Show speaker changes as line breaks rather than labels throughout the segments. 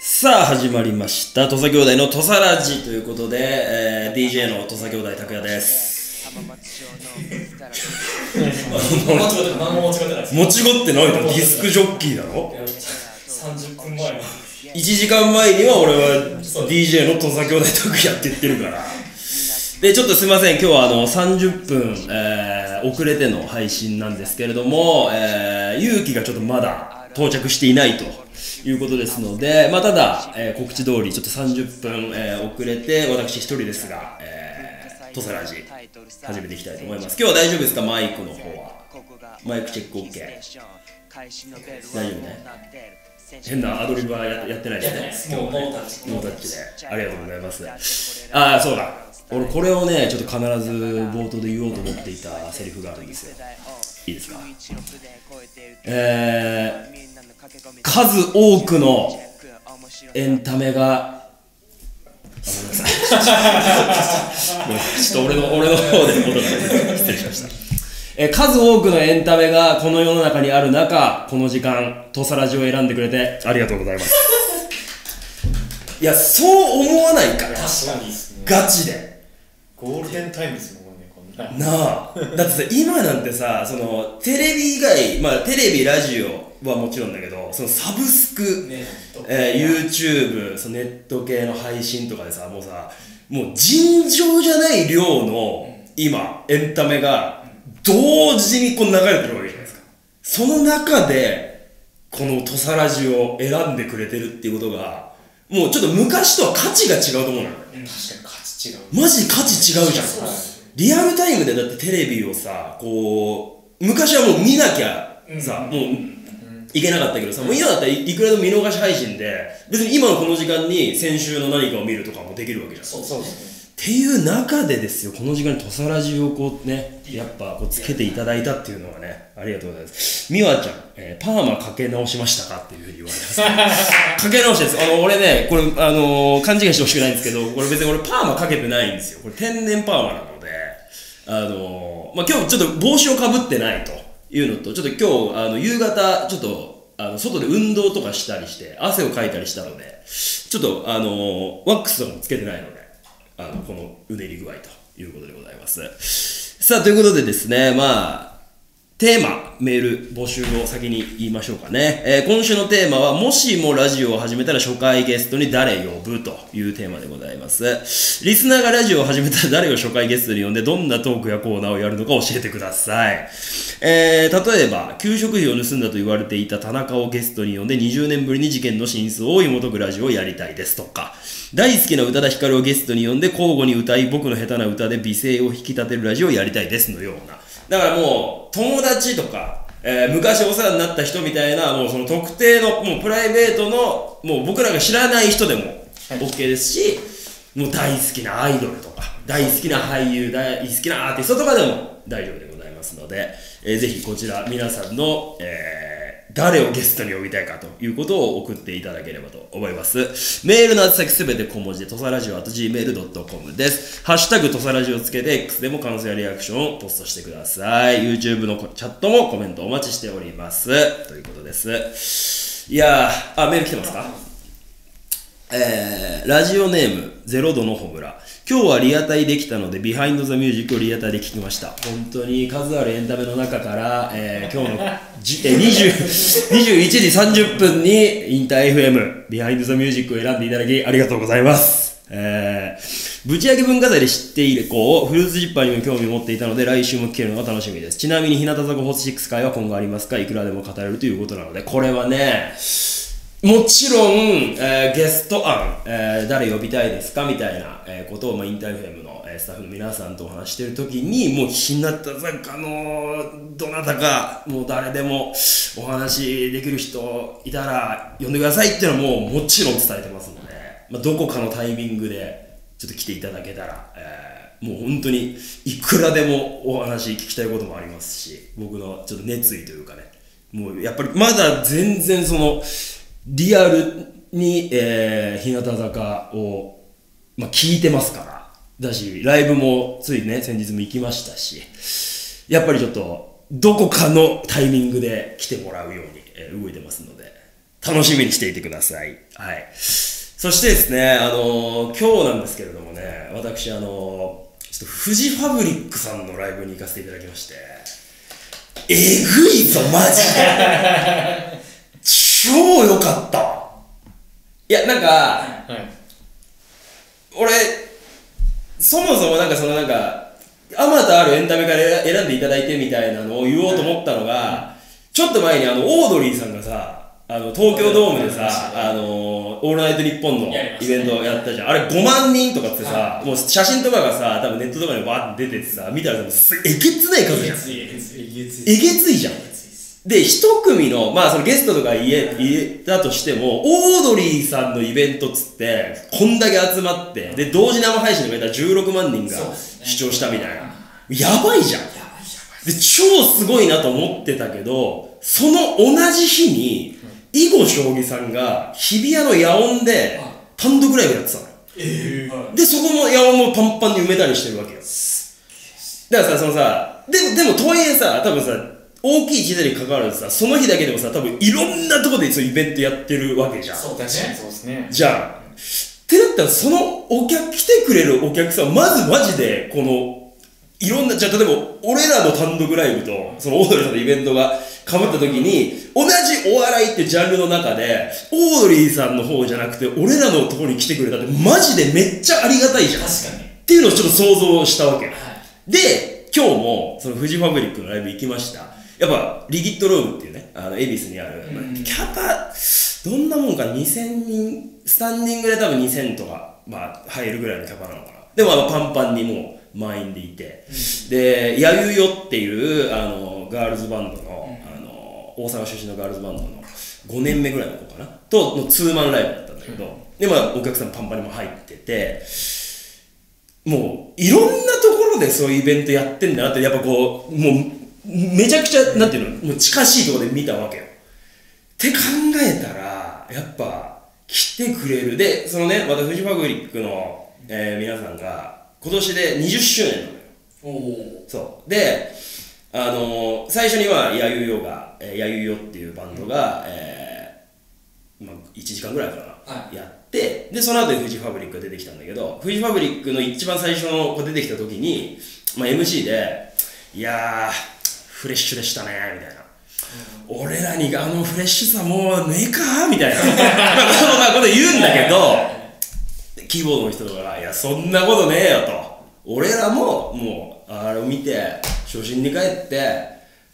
さあ始まりました土佐兄弟の土佐ラジということで、えー DJ の土佐兄弟拓也です
間違って何も間違ってないです。
もちごってないだろディスクジョッキーだろ
30分前の。
1時間前には俺は DJ の土佐兄弟拓也って言ってるからでちょっとすいません今日はあの30分、えー遅れての配信なんですけれども、えー、勇気がちょっとまだ到着していないということですので、まあ、ただ、えー告知通りちょっと30分、えー遅れて私一人ですが、えー、土佐ラジ始めていきたいと思います今日は大丈夫ですかマイクの方は
マイクチェック OK 大丈夫ね
変
変
な
な
ア
ア
ド
ド
リブ
リブ
は
は
や
や
や
や
っ
ってて
ない
いや
です
ね
ね、
もうノータッチ。
ノータッ
チ。
チで。ありがとうございます。ああ、そうだ。俺、これをね、ちょっと必ず冒頭で言おうと思っていたセリフがあるんですよ。いいですかえー、数多くのエンタメが、ごめんなさい。ちょっと俺の、俺の方で音が出て失礼しました。えー数多くのエンタメがこの世の中にある中、この時間、土佐ラジオを選んでくれてありがとうございます。いや、そう思わないから。
確かにですね。
ガチで。
ゴールデンタイムですもんね、こんな。
なあ。だってさ、今なんてさ、その、テレビ以外、まあ、テレビ、ラジオはもちろんだけど、そのサブスク、
ね
えー YouTube、そのネット系の配信とかでさ、もうさ、もう尋常じゃない量の、今、エンタメが、同時にこう流れてるわけじゃないですか。その中で、この土佐ラジオを選んでくれてるっていうことが、もうちょっと昔とは価値が違うと思うのよ。
確かに価値違う。
マジ価値違うじゃん
そうっす。
リアルタイムでだってテレビをさ、こう、昔はもう見なきゃさ、もう、いけなかったけどさ、もう今だったらいいくらでも見逃し配信で、別に今のこの時間に先週の何かを見るとかもできるわけじゃん。っ
そうそうですね。
ていう中でですよ、この時間に土佐ラジオをこうね、やっぱこうつけていただいたっていうのはね、ありがとうございます。美和ちゃん、えーパーマかけ直しましたかっていうふうに言われます。かけ直しです。あの、俺ね、これ、あのー勘違いしてほしくないんですけど、これ別に俺パーマかけてないんですよ。これ天然パーマなので、あのーまあ、今日ちょっと帽子をかぶってないというのと、ちょっと今日、あの、夕方、ちょっと、あの、外で運動とかしたりして、汗をかいたりしたので、ちょっと、あのーワックスとかもつけてないので、あの、このうねり具合ということでございます。さあ、ということでですね、まあ、テーマ、メール募集を先に言いましょうかね。えー今週のテーマは、もしもラジオを始めたら初回ゲストに誰呼ぶというテーマでございます。リスナーがラジオを始めたら誰を初回ゲストに呼んで、どんなトークやコーナーをやるのか教えてください。えー例えば、給食費を盗んだと言われていた田中をゲストに呼んで、20年ぶりに事件の真相を紐解くラジオをやりたいですとか、大好きな宇多田ヒカルをゲストに呼んで、交互に歌い、僕の下手な歌で美声を引き立てるラジオをやりたいですのような。だからもう、友達とか、えー昔お世話になった人みたいな、もうその特定の、もうプライベートの、もう僕らが知らない人でも OK ですし、もう大好きなアイドルとか、大好きな俳優、大好きなアーティストとかでも大丈夫でございますので、えーぜひこちら皆さんの、えー誰をゲストに呼びたいかということを送っていただければと思います。メールの宛先すべて小文字で、とさラジオ .gmail.com です。ハッシュタグとさラジオをつけて、X でも感想やリアクションをポストしてください。YouTube のチャットもコメントお待ちしております。ということです。いやー、あ、メール来てますかえーラジオネームゼロ度のほぐら今日はリアタイできたのでビハインド・ザ・ミュージックをリアタイで聞きました本当に数あるエンタメの中から、えー今日のじえー20 21時30分にインター FM ビハインド・ザ・ミュージックを選んでいただきありがとうございますえーぶち上げ文化財で知っている子をフルーツジッパーにも興味を持っていたので来週も聞けるのが楽しみですちなみに日向坂46会は今後ありますかいくらでも語れるということなのでこれはねもちろん、えーゲスト案、えー誰呼びたいですかみたいな、えーことを、まあ、インターフェムの、えースタッフの皆さんとお話ししてるときに、もう日向坂のどなたか、もう誰でもお話できる人いたら呼んでくださいっていうのはもうもちろん伝えてますので、まあ、どこかのタイミングでちょっと来ていただけたら、えーもう本当にいくらでもお話聞きたいこともありますし、僕のちょっと熱意というかね、もうやっぱりまだ全然その、リアルに、えー、日向坂を、まあ、聞いてますから。だし、ライブもついね、先日も行きましたし、やっぱりちょっと、どこかのタイミングで来てもらうように、えー動いてますので、楽しみにしていてください。はい。そしてですね、あのー今日なんですけれどもね、私、あのーちょっとフジファブリックさんのライブに行かせていただきまして、えぐいぞ、マジで超良かったいや、なんか、
はい
俺、そもそもなんかそのなんか、あまたあるエンタメから選選んでいただいてみたいなのを言おうと思ったのが、ちょっと前にあの、オードリーさんがさ、あの、東京ドームでさ、あのー、オールナイトニッポンの
やりま
イ
し
ベ
たね
ントをやったじゃん。あれ5万人とかってさ、もう写真とかがさ、多分ネットとかにバーって出ててさ、見たらさもうすえげつない数じゃん。
えげついえげつ
えげついじゃん。で、一組の、まあそのゲストとか言え、言えたとしても、オードリーさんのイベントっつって、こんだけ集まって、で、同時生配信で見たら16万人が
そうですね
視聴したみたいな。やばいじゃん。
やばいやば
で、
い
超すごいなと思ってたけど、その同じ日に、囲碁将棋さんが日比谷の野音で
はい
単独ライブやってたのよ。
えー
で、そこも野音もパンパンに埋めたりしてるわけよ。だからさ、そのさ、ででも、とはいえさ、多分さ、大きい時代に関わらずさ、その日だけでもさ、多分いろんなとこでそうイベントやってるわけじゃん。
そうだ
確
ね
かにそうですね
じゃあ、ってなったら、そのお客、来てくれるお客さん、まずマジで、この、いろんな、じゃあ例えば、俺らの単独ライブと、そのオードリーさんのイベントが被った時に、同じお笑いってジャンルの中で、オードリーさんの方じゃなくて、俺らのところに来てくれたって、マジでめっちゃありがたいじゃん。
確かに
っていうのをちょっと想像したわけ。
はい
で、今日も、そのフジファブリックのライブ行きました。やっぱ、リギットロームっていうね、あの、恵比寿にある、まあ
うん
キャパ、どんなもんか2000人、スタンディングで多分2000とか、まあ、入るぐらいのキャパなのかな。でも、あの、パンパンにもう、満員でいて。で、やゆよっていう、あの、ガールズバンドの、あの、大阪出身のガールズバンドの5年目ぐらいの子かな、と、のツーマンライブだったんだけど、で、まあ、お客さんパンパンにも入ってて、もういろんなところでそういうイベントやってんだなってやっぱこうもうめちゃくちゃなんていうのもう近しいところで見たわけよ。って考えたらやっぱ来てくれるでそのねまたフジファブリックの、えー皆さんが今年で20周年なのよ。
おお
そうであのー最初にはやゆよがえーやゆよっていうバンドが、えーまあ、1時間ぐらいかな、
はい
やってでその後にフジファブリックが出てきたんだけどフジファブリックの一番最初の子出てきた時に、まあ、MC で「いやーフレッシュでしたね」みたいな。俺らにあのフレッシュさもうねえかみたいな まあそんなこと言うんだけどでキーボードの人とかが「いやそんなことねえよ」と俺らももうあれを見て初心に帰って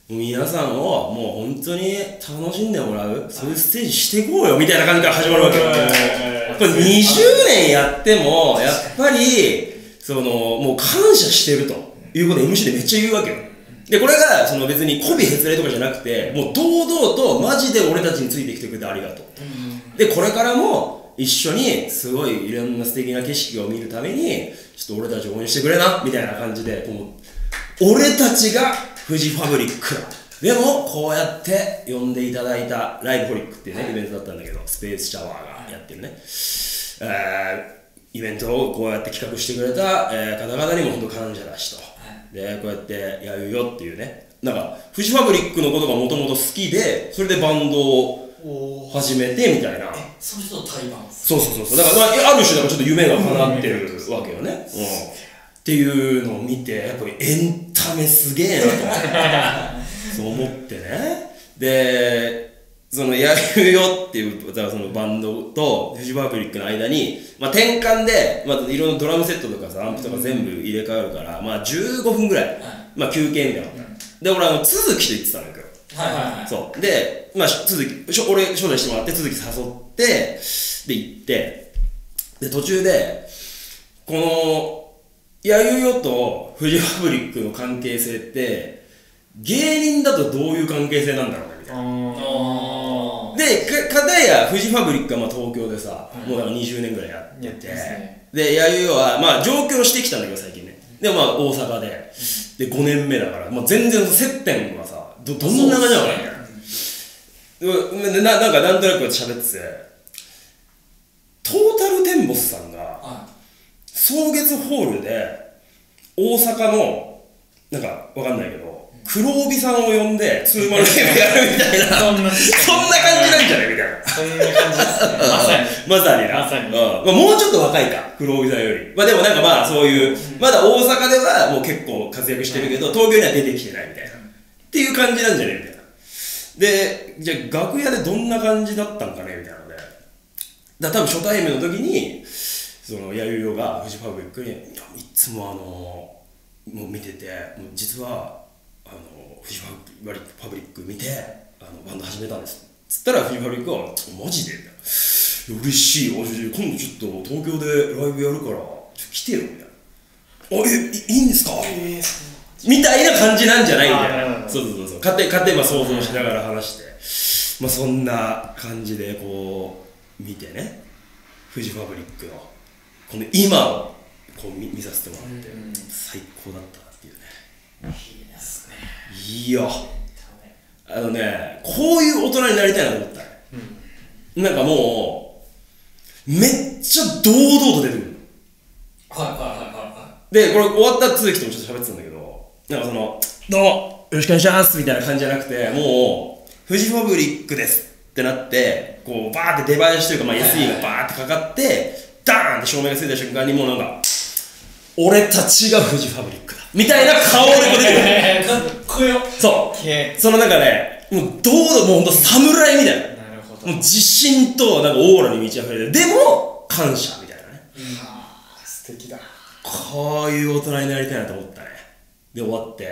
皆さんをもう本当に楽しんでもらうそういうステージしていこうよみたいな感じから始まるわけよやっぱ20年やってもやっぱりそのもう感謝してるということを MC でめっちゃ言うわけよでこれがその別に媚びへつらいとかじゃなくてもう堂々とマジで俺たちについてきてくれてありがとうでこれからも一緒にすごいいろんな素敵な景色を見るためにちょっと俺たちを応援してくれなみたいな感じでもう俺たちがフジファブリックだでもこうやって呼んでいただいたライブホリックっていうね、イベントだったんだけどスペースシャワーがやってるね、えーイベントをこうやって企画してくれた、えー方々にも本当感謝だしと、でこうやってやるよっていうねなんかフジファブリックのことがもともと好きでそれでバンドを
お
始めてみたいな
えそれと対バンです
そうそうそうそうだから、まあ、ある種なんかちょっと夢が叶ってるわけよね、うん、っていうのを見てやっぱりエンタメすげえなと思って そう思ってねでそのやるよっていうだからそのバンドとフジファブリックの間に、まあ、転換で、まあ、いろんなドラムセットとかさアンプとか全部入れ替わるから、まあ、15分ぐらい、まあ、休憩みたいな、で俺あの続きと言ってたんだけど
はいはいはい
そう。で、まあ、し続き、しょ俺、招待してもらって、続き誘って、で、行って、で、途中で、この、やゆよとフジファブリックの関係性って、芸人だとどういう関係性なんだろうね、みたいな。
あ
で、か、片やフジファブリックはまあ東京でさ、もうなんか20年ぐらいやってて、
やってますね
で、やゆよは、まあ上京してきたんだけど最近ね。で、まあ大阪で、で、5年目だから、まあ全然接点はさ、ど、どんな感じなのかね。うんでななんかなんとなく喋ってて、トータルテンボスさんが、
は
草月ホールで大阪のなん かわかんないけど黒帯さんを呼んでツーマンライブやるみたいなそんな感感じなんじゃないみたいな。
そんな感じですね。まさに。
まさにな。
まさに
うんまあ、もうちょっと若いか、黒帯さんより。まあでもなんかまあそういう、まだ大阪ではもう結構活躍してるけど、東京には出てきてないみたいな。っていう感じなんじゃねみたいな。で、じゃあ楽屋でどんな感じだったんかねみたいなので。だから多分初対面の時に、その弥生がフジファブリックに、いやいつもあのもう見てて、もう実は、あの、フジファブリック見て、あの、バンド始めたんです。つったらフジファブリックは、マジでみたいな。嬉しいよ今度ちょっと東京でライブやるからちょっと来てよみたいな「あえいいいんですかみたいな感じなんじゃないみた
あーないるほ
な
ど
そうそうそうそう勝手勝手まあ想像しながら話して、まあ、そんな感じでこう見てねフジファブリックのこの今をこう見見させてもらって
うん
最高だったなっていうね
いいですね。
いいよあのねこういう大人になりたいなと思ったね
うん。
なんかもう、めっちゃ堂々と出てくるの。
はいはいはいは
で、これ終わった続きともちょっと喋ってたんだけど、なんかその、どうも、よろしくお願いしますみたいな感じじゃなくて、もう、フジファブリックですってなって、こう、バーって出囃子というか、まあ、SE がバーってかかって、ダーンって照明がついた瞬間にもうなんか、俺たちがフジファブリックだ。みたいな顔でこう出て くる。
い。えー、かっこよ。
そ
け
う。そのなんかね、もう堂々、もうほんと侍みたいな。
なるほど。
もう自信となんかオーラに満ち溢れてでも感謝みたいなね
素敵だ。
こういう大人になりたいなと思ったねで終わって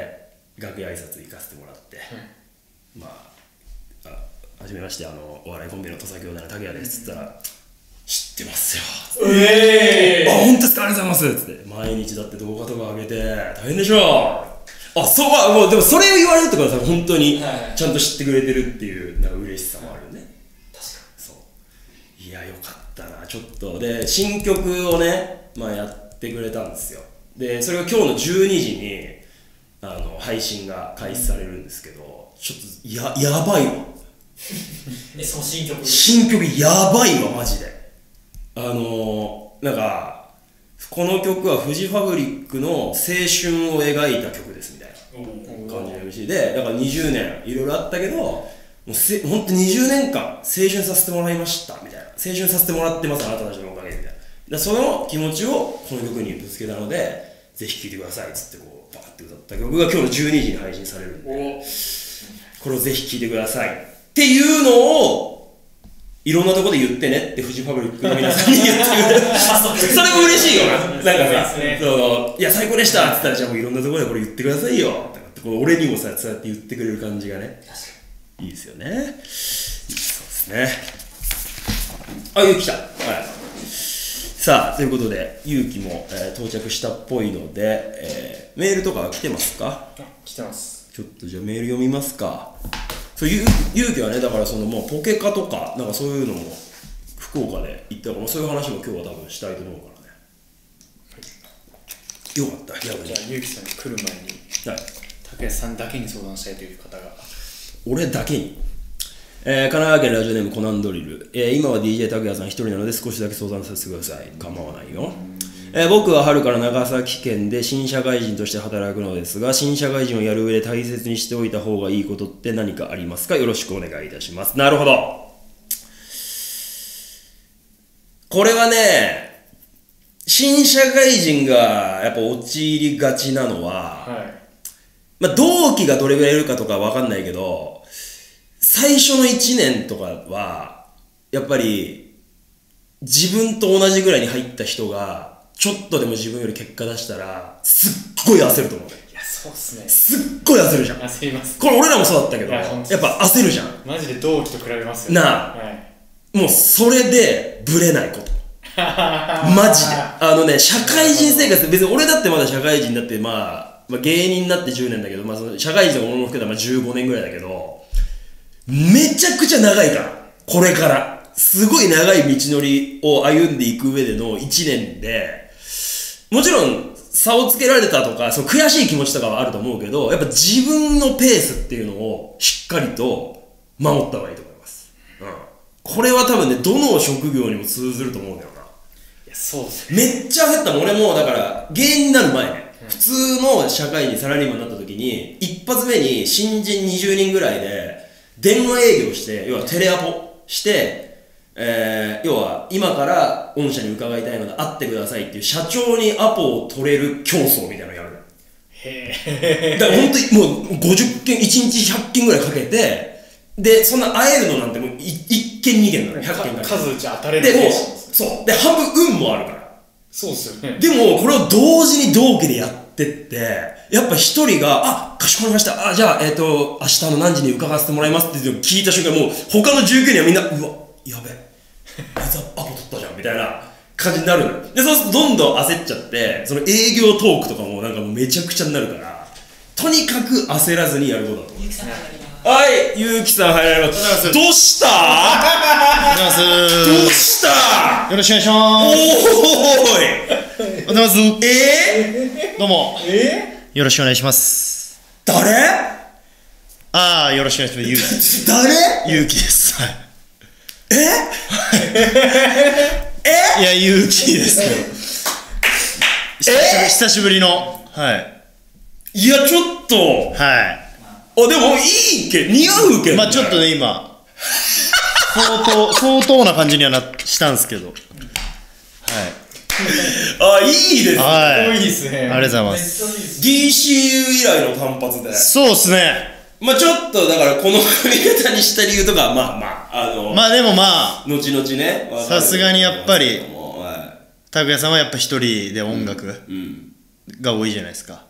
楽屋挨拶行かせてもらって、まああはじめましてあのお笑いコンビの土佐兄弟の竹谷ですっつったら「知ってますよ」
え
あ、本当ですかありがとうございます」つって毎日だって動画とか上げて大変でしょあそうあもうでもそれを言われるってことはさ本当に
はい
ちゃんと知ってくれてるっていうなんか嬉しさもあるよね、
確
そういやよかったなちょっとで新曲をね、まあ、やってくれたんですよでそれが今日の12時にあの配信が開始されるんですけどちょっとややばいわ
かに。え、その新曲。
新曲やばいわマジであのなんかこの曲はフジファブリックの青春を描いた曲ですみたいな
おー
感じの MC でだから20年いろいろあったけどもうせほんと20年間青春させてもらいましたみたいな青春させてもらってますあなたたちのおかげでみたいなだからその気持ちをこの曲にぶつけたのでぜひ聴いてくださいっつってこうバーって歌った曲が今日の12時に配信されるんで
お
これをぜひ聴いてくださいっていうのをいろんなとこで言ってねってフジファブリックの皆さんに言ってくれそれも嬉しいよな。なんかさ、
そうですね
そういや、最高でしたって言ったら、じゃあもういろんなところでこれ言ってくださいよ。とかってこう俺にもさ、そうやって言ってくれる感じがね。
確か
いいですよね。いいそうですね。あ、ゆうき来た。はい。さあ、ということで、ゆうきも、えー到着したっぽいので、えーメールとか来てますか
あ来てます。
ちょっとじゃあメール読みますか。そうゆうゆうきはね、だからそのもうポケカとか、なんかそういうのも福岡で行ったから、まあそういう話も今日は多分したいと思うからね。よかった、逆に。
じゃ
は
あ、ゆうきさんに来る前に、
い、
たけさんだけに相談したいという方が。
俺だけに。えー神奈川県ラジオネームコナンドリル、えー今は DJ 拓也さん一人なので少しだけ相談させてください構わないよ、えー僕は春から長崎県で新社会人として働くのですが新社会人をやる上で大切にしておいた方がいいことって何かありますかよろしくお願いいたしますなるほどこれはね新社会人がやっぱ陥りがちなのは、
はい。
まあ、同期がどれぐらいいるかとかわかんないけど、最初の1年とかは、やっぱり、自分と同じぐらいに入った人が、ちょっとでも自分より結果出したら、すっごい焦ると思う。
いや、そうっすね。
すっごい焦るじゃん。こ
焦ります。
れ俺らもそうだったけど、
い
や
や
っ
ほんと
ぱ焦るじゃん。
マジで同期と比べますよ。
なあ
はい。
もうそれで、ブレないこと。マジで。あのね、社会人生活、別に俺だってまだ社会人だって、まあ、まあ、芸人になって10年だけど、まあ、その社会人の俺も含めたらまあ15年ぐらいだけど、めちゃくちゃ長いから、これから。すごい長い道のりを歩んでいく上での1年で、もちろん差をつけられたとか、その悔しい気持ちとかはあると思うけど、やっぱ自分のペースっていうのをしっかりと守った方がいいと思います。うん。これは多分ね、どの職業にも通ずると思うんだよな。
いや、そうっすね。
めっちゃ焦ったもん俺もだから芸人になる前ね、普通の社会にサラリーマンになった時に一発目に新人20人ぐらいで電話営業して、要はテレアポして、えー、要は今から御社に伺いたいので会ってくださいっていう社長にアポを取れる競争みたいなのやるの
へえ。
だから本当にもう50件、1日100件ぐらいかけて、で、そんな会えるのなんてもう1件2件なの、100件だ
か数打ち当たれ
で、
る
もう、
精神です
そう。で、半分運もあるから。
そうっすよね。
でも、これを同時に同期でやってって、やっぱ一人が、あ、かしこまりました。あ、じゃあ、えっ、と、明日の何時に伺わせてもらいますっていうのを聞いた瞬間、もう、他の19人はみんな、うわ、やべ。あいつはアポ取ったじゃん、みたいな感じになるのよで、そうするとどんどん焦っちゃって、その営業トークとかもなんかもうめちゃくちゃになるから、とにかく焦らずにやることだと思う。
ゆうきさんからいいな
はい、ゆうきさん入られます。どうした
おはようござ
ど
いうます。
した
よろしくお
お
願い
ー
し
い
ます。おはようございま
えー、
す。どうも。よろしくお願いします。
誰
ああ、よろしくお願いします。
誰
ゆうき。ゆうきです。はい
え
いや、ゆうきですけど。久しぶり久しぶりの。はい。
いや、ちょっと、
は
あ、でもいいけ、似合うけ
い。
ど、
まあちょっと。ね、今、相当、相当な感じにはなしたんですけど。はい。
あ、いいです。
はい。あ
いい
り
ですね。
がとうございま
めっ
す。
ちゃいいです
DCU 以来の単発で。
そうっすね。
まあちょっと、だからこの髪型にした理由とか、まあまあ、あの、
まあでもまあ、
後々ね。わかる
さすがにやっぱり
もうは
拓哉さんはやっぱ一人で音楽
いうん。
が多いじゃないですか。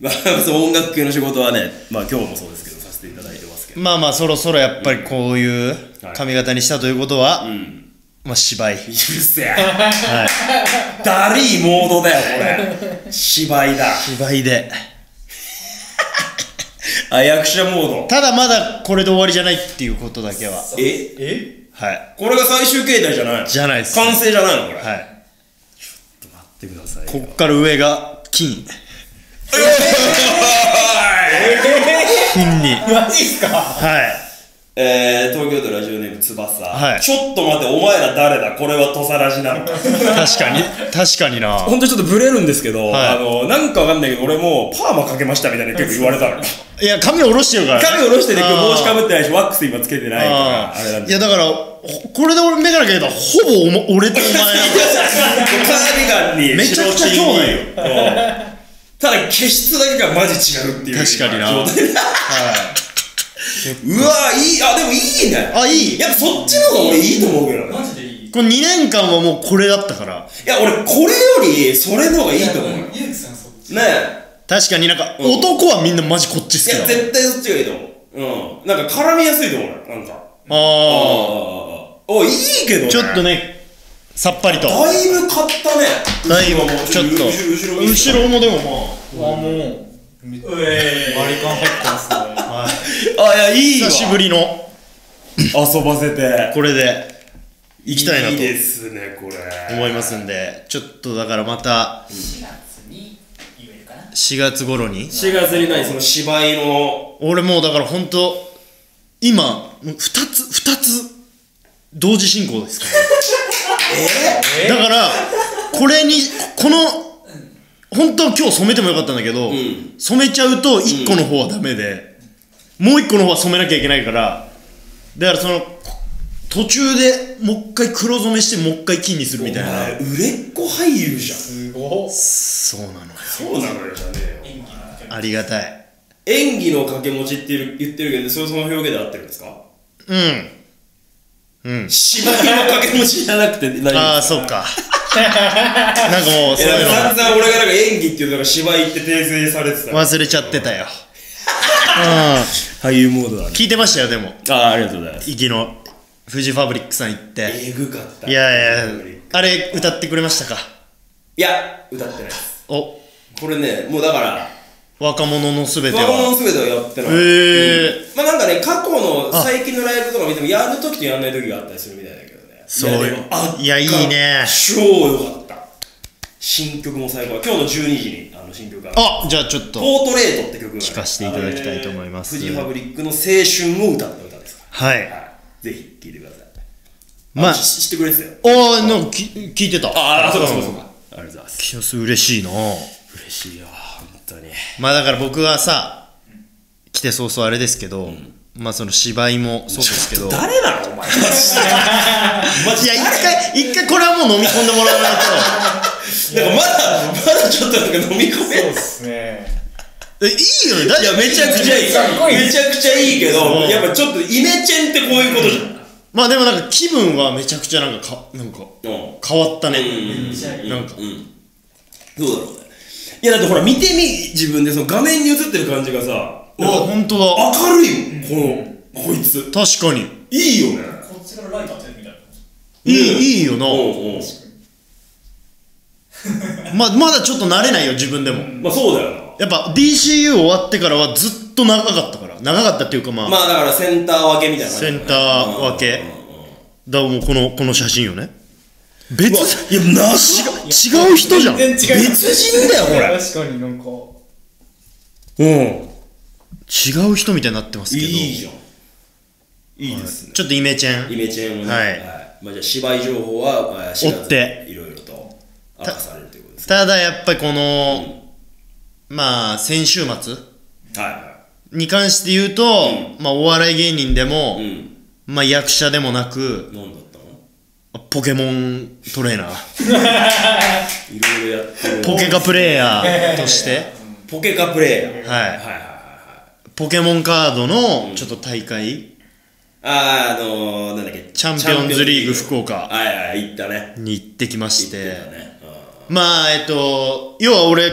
まあ、 そう音楽系の仕事はね、まあ今日もそうですけど、させていただいてますけど。
まあまあそろそろやっぱりこういう髪型にしたということは、
うん。
まあ芝居
うるせえ。
はい
だりいモードだよ、これ。芝居だ。
芝居で
あ、役者モード。
ただまだこれで終わりじゃないっていうことだけは
え
え
はい
これが最終形態じゃないの
じゃないっす
完成じゃないのこれ待
はい
ってください
こっから上が金金に
マジっすか
はい
えー、東京都ラジオネーム翼、
はい
ちょっと待ってお前ら誰だこれは土佐ラジなのか
確かに確かにな
本当にちょっとブレるんですけど、
はい
あのなんかわかんないけど俺もパーマかけましたみ たいな結構言われたの
いや髪下ろしてるから
髪下ろしてて今日帽子か
っ
ぶってないしワックス今つけてないからあれなん
いやだ
ら
からほこれで俺眼鏡かけたらほぼおも俺とお前なんだ
カーディガンに
めちゃくちゃ兄弟よ
白 T にうん ただ毛質だけがマジ違うっていう
確かにな
状 態うわいいあでもいいね
あいい
やっぱそっちの方が俺いいと思うけどね
マジでいい
この2年間はもうこれだったから
いや、俺、これより、それの方がいいと思うよ。ね
ゆうきさんそっち
え。
確かになんか
うん
男はみんなマジこっち
い
好き
や、
だわ
絶対そっちがいいと思う。うん。なんか、絡みやすいと思うよ、なんか。ああ
あ
お、いいけどね。
あちょっと。ねさっぱりと
だいぶ買ったね。
だいぶ
後ろも
ちょっと
後ろ、後
後
ろ
ろもでもま
あ、もう。
うえ
バリカン入ってますね。
あはい
後ろ。あ、いや、いいわ。
久しぶりの
遊ばせて。
これで行きたいない
い
と
ですね、これ。
思いますんでちょっとだからまた
4月に言えるかな
4月頃に
4月にない、その芝居の。
俺もうだからほんと今2つ2つ同時進行ですから、だからこれにこの本当は今日染めてもよかったんだけど、
ん
染めちゃうと1個の方はダメで、もう1個の方は染めなきゃいけないからだからその途中でもう一回黒染めしてもう一回金にするみたい
お前
な
売れっ子俳優じゃん。
すごっ。
そうなのよ
そうなのよ、じゃねえよ。
演技の中で
ありがたい
演技の掛け持ちっていう言ってるけど、それその表現で合ってるんですか
うんうん
芝居の掛け持ちじゃなくて、何
ああそうかなんかもう
い
そう
や
いうのが
散々俺がなんか演技っていうのが芝居って訂正されてた
忘れちゃってたよ。うん。
俳優モードだね
聞いてましたよ、でも。
あありがとうございます
息のフジファブリックさん行って。
えぐかった
いやい
い、
やあれ歌ってくれましたか
や歌ってないです
お、
これねもうだから
若者のすべて
若者の
は。
全てはやってない、
へえ。
まあなんかね過去の最近のライブとか見てもやるときとやんないときがあったりするみたいだけどね
そうよ
いやでもあ
いやいいね
超よかった新曲も最高今日の12時にあの新曲が
あ、じゃあちょっと
ポートレートって曲がね
聞かせていただきたいと思いま
フ
す。
ジファブリックの青春を歌った歌ですか
はい。
ら、はい、ぜひ聴いてください
まあ
あ、し知ってくれてたよ
おー、なんかき聞いてた。
ああ、そうかそうかそうか。ありがとうございます。
キヨス嬉しいな
嬉しいよ、本当に。
まあだから僕はさ、来て早々あれですけど、まあその芝居もそうですけど
誰なのお前
いや一回一回これはもう飲み込んでもらわな
な
い
んかまだまだちょっとなんか飲み込め
そうっすね。
とえいいよねだ
いやめちゃくちゃいい
かっこいい
めちゃくちゃいいけど
うん
やっぱちょっとイメチェンってこういうことじゃん
まあでもなんか気分はめちゃくちゃなんかかなんか
う
変わったね、
ん
うん
なんか
うんどうだろうねいやだってほら見てみ自分でその画面に映ってる感じがさ
あ本当だ
明るいよこのこいつ
確かに
いいよね
こっちからライト当てるみたいな。
いい,、
うん
いいよな、
うんうん
ままだちょっと慣れないよ自分でも、
まあそうだよな
やっぱ DCU 終わってからはずっと長かったから長かったっていうかまあ、
まあだからセンター分けみたいな感じだ
セ
ね
ンター分けだからもうこのこの写真よね別いや違う違う人じゃん
全然違う。
別人だよこれ
確かになんか。
うん
違う人みたいになってますけど
いいじゃんいいですね
ちょっとイメチェ
イ
ン
メチェンをね
はい
まあじゃあ芝居情報はあ知らず
追って
いろいろと明かされるということですね
ただやっぱりこの、まあ先週末
はいは
に関して言うと、まあお笑い芸人でも
い、うん
まあ役者でもなく
何だったの
ポケモントレーナー
いろいろやってる
ポケカプレイヤー として
ポケカプレイヤー
はい
はいはいはい
ポケモンカードのちょっと大会
あーあのー、なんだっけ
チャンピオンズリーグ福岡
はいはい行ったね
に行ってきまし
行って
て
たねう
まあえっと要は俺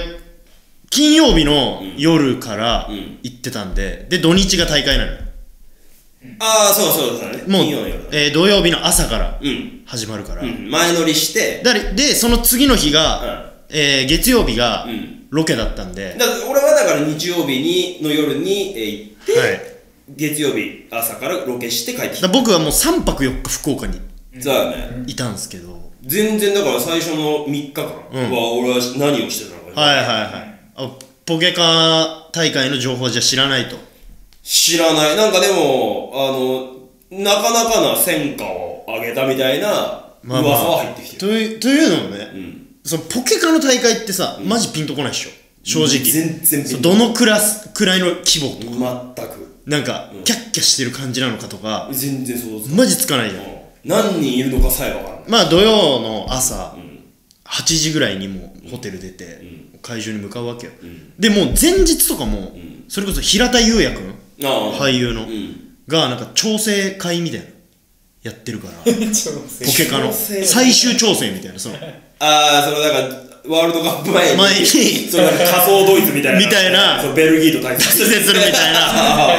金曜日の夜から
うん
行ってたんでで土日が大会なの
んああそうそうそうだね
もう
金曜の夜だね
えー土曜日の朝から
うん
始まるから
うん前乗りして
だでその次の日がえー月曜日が
うん
ロケだったんで
だから俺はだから日曜日にの夜に、えー行って、
はい
月曜日朝からロケして帰ってきた
だ僕はもう3泊4日福岡に
そうだね
いたんですけど
全然だから最初の3日間は
うん
俺は何をしてたのか、
はいはいはいあポケカ大会の情報じゃ知らないと
知らないなんかでもあのなかなかな戦果を上げたみたいな
まあ
噂
まあ
は入ってきてる、
というというのもね、
ん
そのポケカの大会ってさ、マジピンとこないでしょ正直
全然ピンとこない
そうどのクラスくらいの規模とか
全く
なんか、キャッキャしてる感じなのかとか
全然想像つかない
マジつかないじゃん、
何人いるのかさえわからない
まあ土曜の朝、
ん
8時ぐらいにもうホテル出て、会場に向かうわけよ、
ん
でもう前日とかも、
ん
それこそ平田優也くん
ああ
俳優の、
うん
がなんか調整会みたいなのやっ てるからポ
めっちゃ面白い
ケカの
調整
最終調整みたいな その
ああそのなんかワールドカップ前に
前に
そのなんか仮想ドイツみたいな
みたいな
そうベルギーと対戦
出世 するみた いな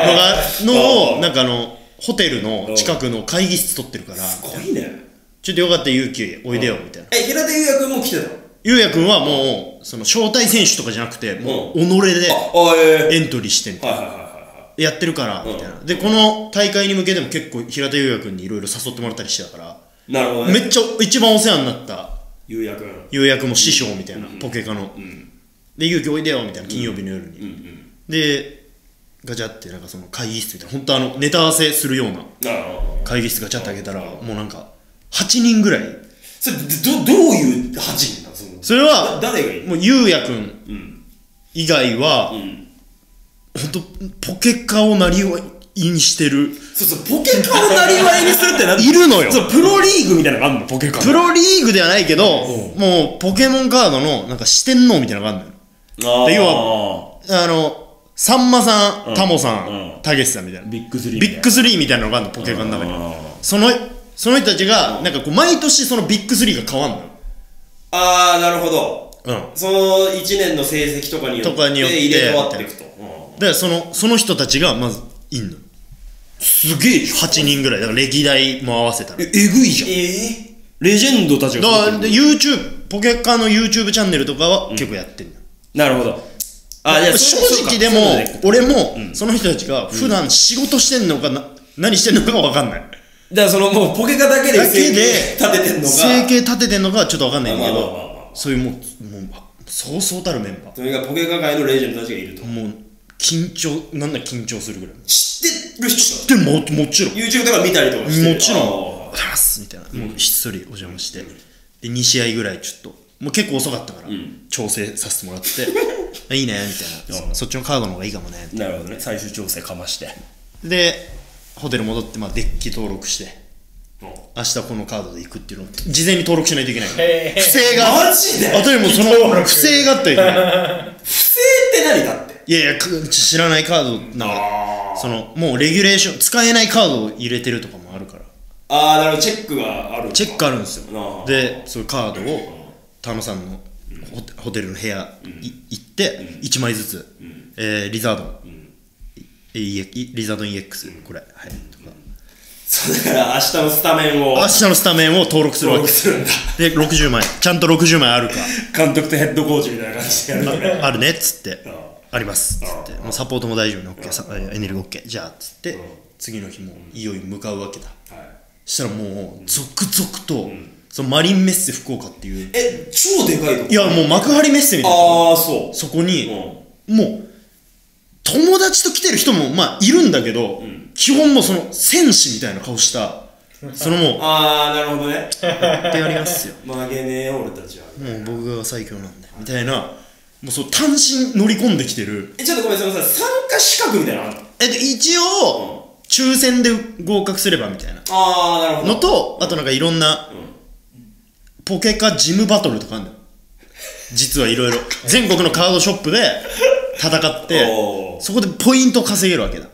のがのをなんかあのホテルの近くの会議室取ってるから
すごいね
ちょっとよかったら勇気おいでよみたいな
え平手優也君も来てたの
優也くんはもうその招待選手とかじゃなくてもう己で
ああえ
エントリーしてみ
え
たい
はい
な
はいはいは
やってるからみたいなでこの大会に向けても結構平田優也くんにいろいろ誘ってもらったりしてたか
いなるほど
ら
ね
めっちゃ一番お世話になった
優也君
優也くんも師匠みたいなポケカので勇気おいでよみたいな金曜日の夜にでガチャってなんかその会議室みたいな本当あのネタ合わせするような
なるほど
会議室ガチャって開けたらもうなんか8人ぐらい
それどどういう8人なのその
それは
誰がいいの
もう優也くん
うん
以外は
うん
本当ポケカをなりわいにしてる
そうそうポケカをなりわいにするってなん
いるの よ
そうプロリーグみたいなのがあるのポケカ
プロリーグではないけど
う
もうポケモンカードのなんか四天王みたいなのがあるのよ
あー
で要はあのさんまさ
うんん
タモさ
うん
んたけしさんみたいな
ビッグスリー
ビッグスリーみたいなのがあるのポケカの中には
あ
そのその人たちがなんかこう毎年そのビッグスリーが変わんのよ
あーなるほど
うん
その1年の成績とかによって
とかによって
入れ替わっていくと、
だからそのその人たちがまずいんのすげえ8人ぐらいだから歴代も合わせたらだか
えぐいじゃんええレジェンドたちが
らで YouTube ポケカの YouTube チャンネルとかは結構やってんの、
なるほどあじゃあ
正
そうか
直でも
そうだね
俺もその人たちが普段仕事してんのかな、何してんのか分かんない
だからそのもうポケカだけで
だけで
生計立ててんのが
生計立ててんのかはちょっと分かんないんだけ
まあまあまあま
どそういうもうもうそうそうたるメンバ
それがポケカ界のレジェンドたちがいると
ーもう緊張なんだ緊張するぐらい
知ってる人
でももちろん
YouTube とか見たりとかして
もちろん
あー
「おはようございます」みたいなもうひっそりお邪魔して、で2試合ぐらいちょっともう結構遅かったから、調整させてもら って「いいね」みたいなそ「そっちのカードの方がいいかもね」
なるほどね最終調整かまして
でホテル戻って、まあ、デッキ登録して
もう
明日このカードで行くっていうのを事前に登録しないといけない
へー
不 正が
マジで
あとにもうその不正があったりい
不正って何だって
やいやく知らないカードな
あ
そのもうレギュレーション使えないカードを入れてるとかもあるから
ああなるほどチェックがある
チェックあるんです
あ
よ
ー
でそのカードを田野さんのホテホテルの部屋い行って1枚ずつえーリザードンいいリザードン EX これはいとか
そうだから明日のスタメンを
明日のスタメンを登録する
登
わけ
録するんだ
で60枚ちゃんと60枚あるか
監督とヘッドコーチみたいな感じで やるのね
あるねっつって
ん
ありますっつってもうサポートも大丈夫ね OK さエネルギー OK じゃあっつって
ん
次の日もいよいよ向かうわけだ
はい
したらもう続々とそのマリンメッセ福岡っていう
え超でかいとこ
いやもう幕張メッセみたいな
ああそう
そこにもう友達と来てる人もまあいるんだけど
ん
基本もうその戦士みたいな顔したそのもう
ああなるほどね
やってやりますよ
曲げねえよ俺たちは
もう僕が最強なんだみたいなもうそう単身乗り込んできてる
えちょっとごめんなさい参加資格みたいなのあるの
えっと一応抽選で合格すればみたいな
ああなるほど
のとあとなんかいろんなポケカジムバトルとかあるんだよ実はいろいろ全国のカードショップで戦って
おー
そこでポイントを稼げるわけだ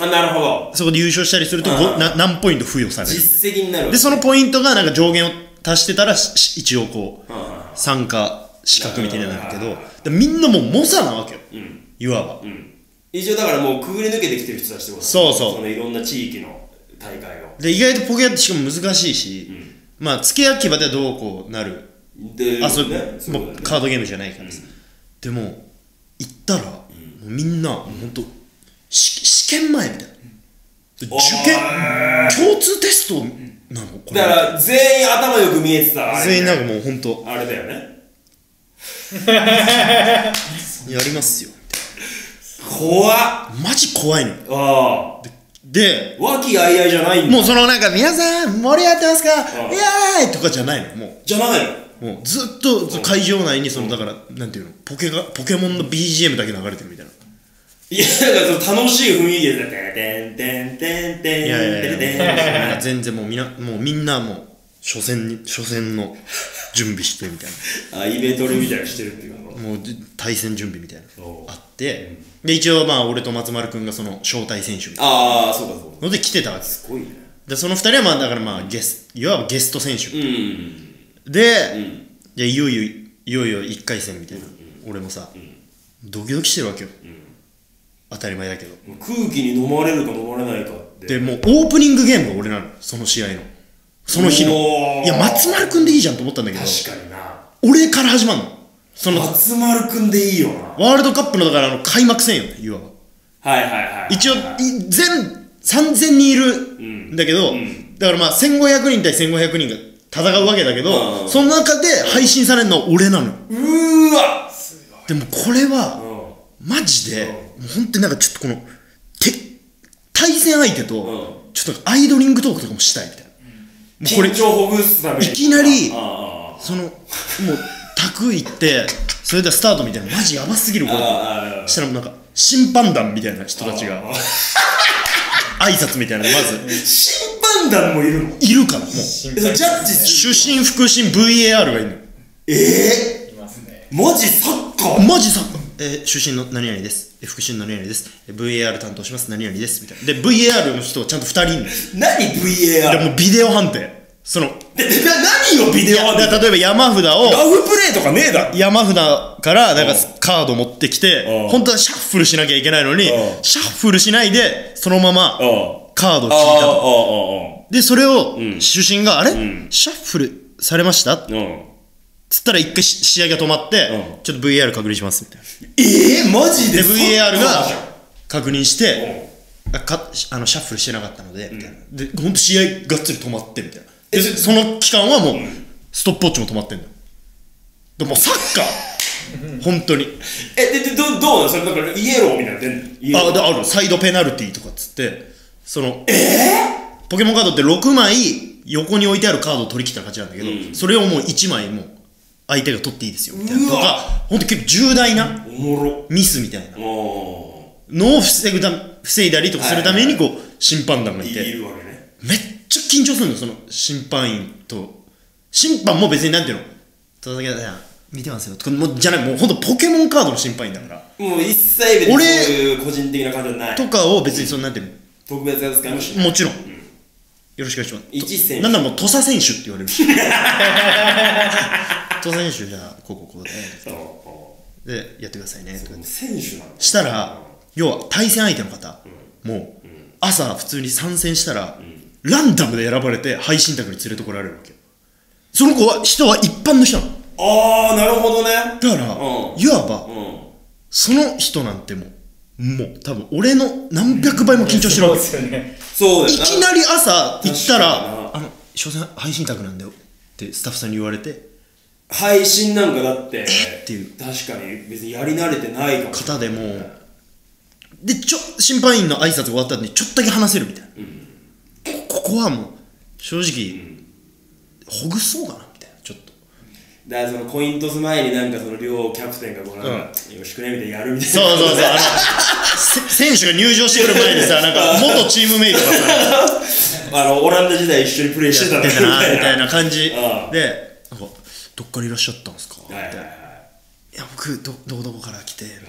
あなるほど
そこで優勝したりするとご
うん
な何ポイント付与される
実績になる
でそのポイントがなんか上限を足してたらしし一応こう
うんうん
参加資格みたいになるけどでみんなもう猛者なわけよ
うん
いわば
うん一応だからもうくぐり抜けてきてる人たちってことだね
そうそう
そのいろんな地域の大会を
で意外とポケカってしかも難しいし、
ん
まあ付け焼き場ではどうこうなる
で
あそう
ねそう
もう
だね
カードゲームじゃないからさ、でも行ったら、もうみんなもうほんとし試験前みたいな、で受験共通テストなのこれ
だから全員頭よく見えてたあれ
全員なんかもうほんと
あれだよね
やりますよみた
怖っあ
いなマジ怖いの
あ
よで
和気あいあいじゃないんだ
もうそのなんか皆さん盛り上がってますか
うん
イエーイとかじゃないのもう
じゃないの
もうずっとずっと会場内にそのだからなんていうのポケがポケモンの BGM だけ流れてるみたいない
やだからその楽しい雰囲気でねてんてんてんてん
いやいや
てんてん
いやなん
て
か
ん
全然もうみんなもうみんなもう初戦に初戦の準備してみたい
あイベントリみたいにしてるっていうの
なもうじ対戦準備みたいな
おう
あってで一応まあ俺と松丸君がその招待選手みたい
ああそうかそうか
なので来てたわけです
すごいね
でその二人はまあだからまあゲスいわばゲスト選手
うん
で、
ん
でいよいよいよいよ1回戦みたいな、俺もさ、ドキドキしてるわけよ、当たり前だけど
空気に飲まれるか飲まれないかって
でもうオープニングゲームが俺なのその試合のその日の
おー
いや松丸君でいいじゃんと思ったんだけど
確かにな
俺から始まんのそのワ
松丸くんでいいよな
ールドカップのだからあの開幕戦よねいわば
はいはいはい
一応い
はい
全3000人いる
ん
んだけど、
ん
だからまあ1500人対1500人が戦うわけだけ
う
ど
ん
その中で配信されるのは俺なのよ
うーわ
でもこれは
う
マジでもう本当になんかちょっとこのて対戦相手
うん
とちょっとアイドリングトークとかもしたいみたいな、
ん
もうこれ
緊張ほぐすために
いきなり
ああ
そのもう宅行ってそれではスタートみたいなマジやばすぎるこ
ああ
れ
ああ
したらもうなんか審判団みたいな人たちが
ああ
挨拶みたいなのまず
審判団もいるの
いるからもう
えそれジャッジす
主審副審 VAR がいるの
ええ
いますね
マジサッカー
マジさ、えー、主審の何々ですえー副審の何々ですえー VAR 担当します何々ですみたいなで VAR の人がちゃんと2人いるので
何 VAR
もうビデオ判定その
でで何よビデオ判定
だから例えば山札を
ラフプレーとかねえだろ
山札からなんか
う
カード持ってきて
うん
本当はシャッフルしなきゃいけないのに
うん
シャッフルしないでそのま
あ
まカードを
あああ
引いたの
あ
でそれを
ん
主審が「あれ、
ん
シャッフルされました?」
ああ
つったら一回し試合が止まって、
うん
ちょっと VAR 確認しますみたいな
ええマジで
で
サッ
VAR
カー
が
じゃん
確認してあかあのシャッフルしてなかったのでみたいな、でほんと試合がっつり止まってみたいな
え
で
そ
その期間はもう、ストップウォッチも止まってんだよでもうサッカー本当に
えででどどうなのそれだからイエローみたいなの出んのイエロー
あであるサイドペナルティーとかっつってそのポケモンカードって6枚横に置いてあるカードを取り切ったら勝ちなんだけど、それをもう1枚もう相手が取っていいですよみたいなと
う
か
わ
ほんと結構重大な
おもろ
ミスみたいな
ああ
のを防ぐため防いだりとかするためにこう審判団がいて
いるわけね
めっちゃ緊張するのその審判員と審判も別になんていうの「戸崎さん見てますよ」とかもうじゃないもうほんとポケモンカードの審判員だから
もう一切別にそう
俺
いう個人的な感じはない
とかを別にそのなんていう
特別扱いもし
の
ない
もちろん、よろしくお願いします
一選手
なんならもう土佐選手って言わ れるし土佐選手じゃあこうこうこうで
そう
でやってくださいねとか
もう選手なの
したら要は対戦相手の方、もう朝普通に参戦したら、ランダムで選ばれて配信宅に連れてこられるわけよその子は人は一般の人なの
ああなるほどね
だから、
うん
いわば、
うん
その人なんてもうもう多分俺の何百倍も緊張してるわけ
そうですよね。
そう
い
だよ
きなり朝行った
確
ら
か
「あの所詮配信宅なんだよ」ってスタッフさんに言われて
配信なんかだって
っていう
確かに別にやり慣れてないかも
方でもうでちょ審判員の挨拶終わった後にちょっとだけ話せるみたいな、こここはもう正直、ほぐそうかなみたいなちょっと
だからそのコイントス前になんかその両キャプテンがこうなんか、
うん
よろしくねみたいなやるみたいな
そうそうそうあのせ 選手が入場してくる前にさなんか元チームメイトがさ
あのオランダ時代一緒にプレーしてた
や
の
っ
に
て
み
たなみ
た
た
い
い
な
な感じで
ああ
なんかどっからいらっしゃったんですかみたい
はい
な
はい
い
はい
や僕どどこどこから来てみたいな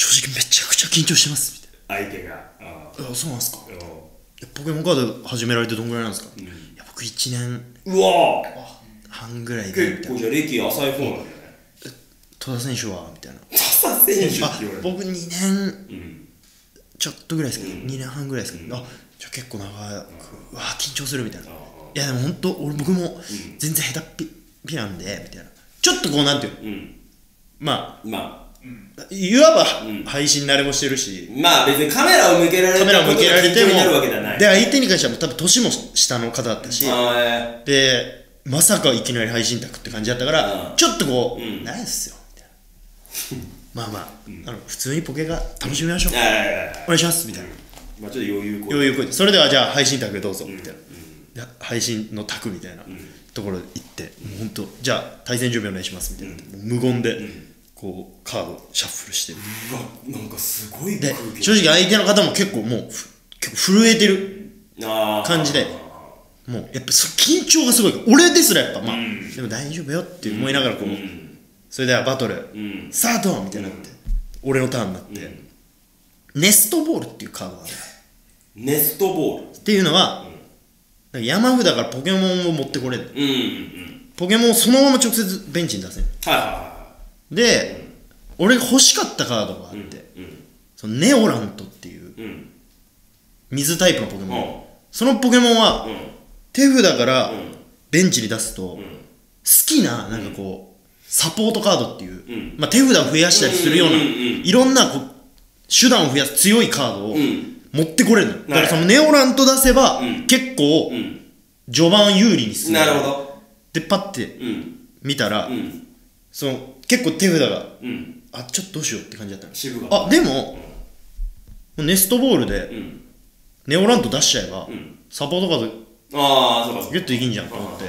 正直めちゃくちゃ緊張してますみた
相手があ
いなあそうなんですか
ー
いやポケモンカード始められてどんぐらいなんですか、いや僕1年
うわー
半ぐらいでみ
結
たい
構
な
じゃあ歴浅い方なんだよね
戸田選手はみたいな
笹選手って
あ
言われて
僕2年
うん
ちょっとぐらいですけど、2年半ぐらいですけど、あじゃあ結構長く、うわ緊張するみたいな、いやでも本当俺僕も全然下手っぴぴなんでみたいなちょっとこうなんていうの
うん
ま
まあ
あいわば、
うん
配信慣れもしてるし
まあ別にカメラを向けられ
カメラ
こ
向
と
け
が
られ
緊
て
張
も
になるわけじゃない
で相手に関してはもう多分年も下の方だったし、
あ
でまさかいきなり配信宅って感じだったから、
うん
ちょっとこう、
うん
ないっすよみたいなまあまあ,、あの普通にポケが楽しみましょう、
ーはいはいはいはい
お願いしますみたいな、
まあちょっと余裕こう
余裕こいてそれではじゃあ配信宅どうぞみたいな、で配信の宅みたいなところ行って、もう本当じゃあ対戦準備お願いしますみたいな、もう無言で、こうカードシャッフルして、
うわなんかすごい
で
空気
正直相手の方も結構もうふ結構震えてる
あー
感じでもうやっぱそ緊張がすごいから俺ですらやっぱまあ、でも大丈夫よって思いながらこう、
うん
それではバトル、
うん
スタートみたいになって、俺のターンになって、ネストボールっていうカードがある
ネストボール
っていうのは、なんか山札からポケモンを持ってこれる
うんうん
ポケモンをそのまま直接ベンチに出せる
はいは
で、俺が欲しかったカードがあっ
い
て、
はいうん
そのネオラントっていう
うん
水タイプのポケ
うん
モン、そのポケモンは、
うん
手札から
ん
ベンチに出すと、好
ん
きななんかこう、サポートカードっていう、
ん
まあ、手札を増やしたりするような、
うんうんうんうん
いろんなこう手段を増やす強いカードを
ん
持ってこれるの、だか
はい
らそのネオランと出せば、
ん
結構、
うん
序盤有利に進む
なるほど
でパッて
うん
見たら、
うん
その結構手札が
うん
あちょっとどうしようって感じだったの
渋が
あでも、ネストボールで、
ん
ネオラント出しちゃえば、
ん
サポートカード
ああそうかそうか
ギュッといきんじゃんと思って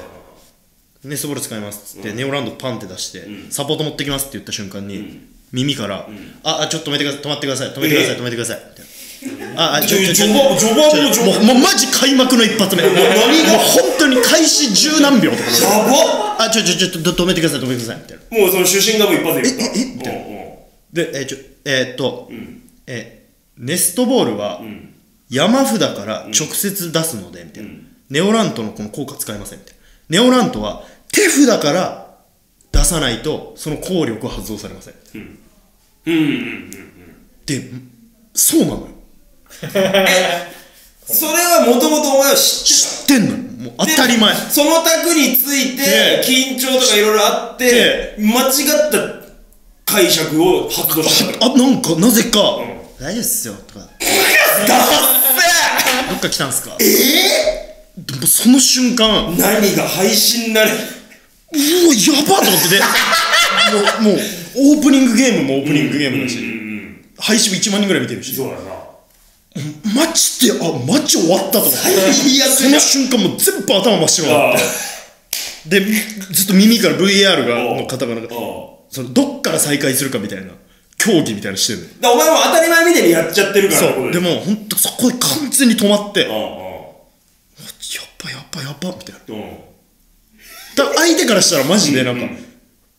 ネストボール使いますっつって、ネオランドパンって出して、
うん
サポート持ってきますって言った瞬間に、
ん
耳から、ああちょっと止めてください止まってください止めてください、止めてくださいみたいなああちょちょちょ
序盤序盤も
ちょ
序
もうもうマジ開幕の一発目もうもう本当に開始十何秒とか
やばっ
あちょちょちょっと止めてください止めてくださいみたいな
もうその主審がもう一発で言
えええみたいなでえーちょえーっと、
ん
えーネストボールは、
ん
山札から直接出すのでみたいな、
うん
ネオラントのこの効果使いませんみたいなネオラントは手札から出さないとその効力は発動されません
うんうんうんうん
でそうなのよ
それはもともとお前は知って
知ってんのよもう当
た
たり前
でその卓について
で
緊張とかいろいろあって
で
間違った解釈を発動したから
あなんかなぜか、
ん
大丈夫っすよとかどっか来たんすかええでもその瞬間うわ
何が配信なれ
やばっと 思ってでもうもうオープニングゲームもオープニングゲームだし、配信も1万人ぐらい見てるし
そうだな
マジで、あ、マジ終わったと思って。
最悪じ
そ
ゃん
の瞬間もう全部頭真っ白にな
あ
っ
あ
て。で、ずっと耳から VAR が、
おう
の方がなんか
おう、
その、どっから再開するかみたいな。競技みたいにしてるのよ
だからお前も当たり前みたいにやっちゃってるからねこ
そう
れ
でもほんとそこで完全に止まってやっ
う
ぱやっぱやっぱみたいなん
うんうん
だから相手からしたらマジでなんか、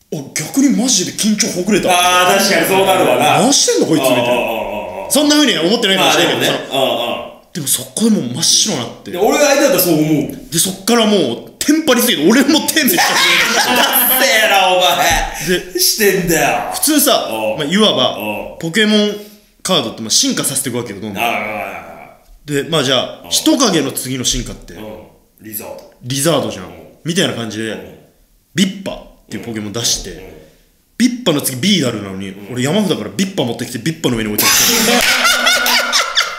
お逆にマジで緊張ほぐれた
ああ確かにそうなるわな
何してんのこいつみた
あ
い
あ
なそんなふうには思ってないか
ああああ
も
まあ
しれな
で
い
もねああ
けど、
ああ
そのでもそこでもう真っ白になって
で俺が相手だったらそう思う
でそっからもうテンパりすぎて俺もテンパり
だっせえなお前してんだよ
普通さ
お、う
まあ、いわ
お
ば
う
ポケモンカードってまあ進化させていくわけよどんどん
あ
でまあじゃあ人影の次の進化って
あうんリゾート
リザードじゃん
おう
みたいな感じでビッパっていうポケモン出してビッパの次ビーダルなのに俺山札からビッパ持ってきてビッパの上に置いて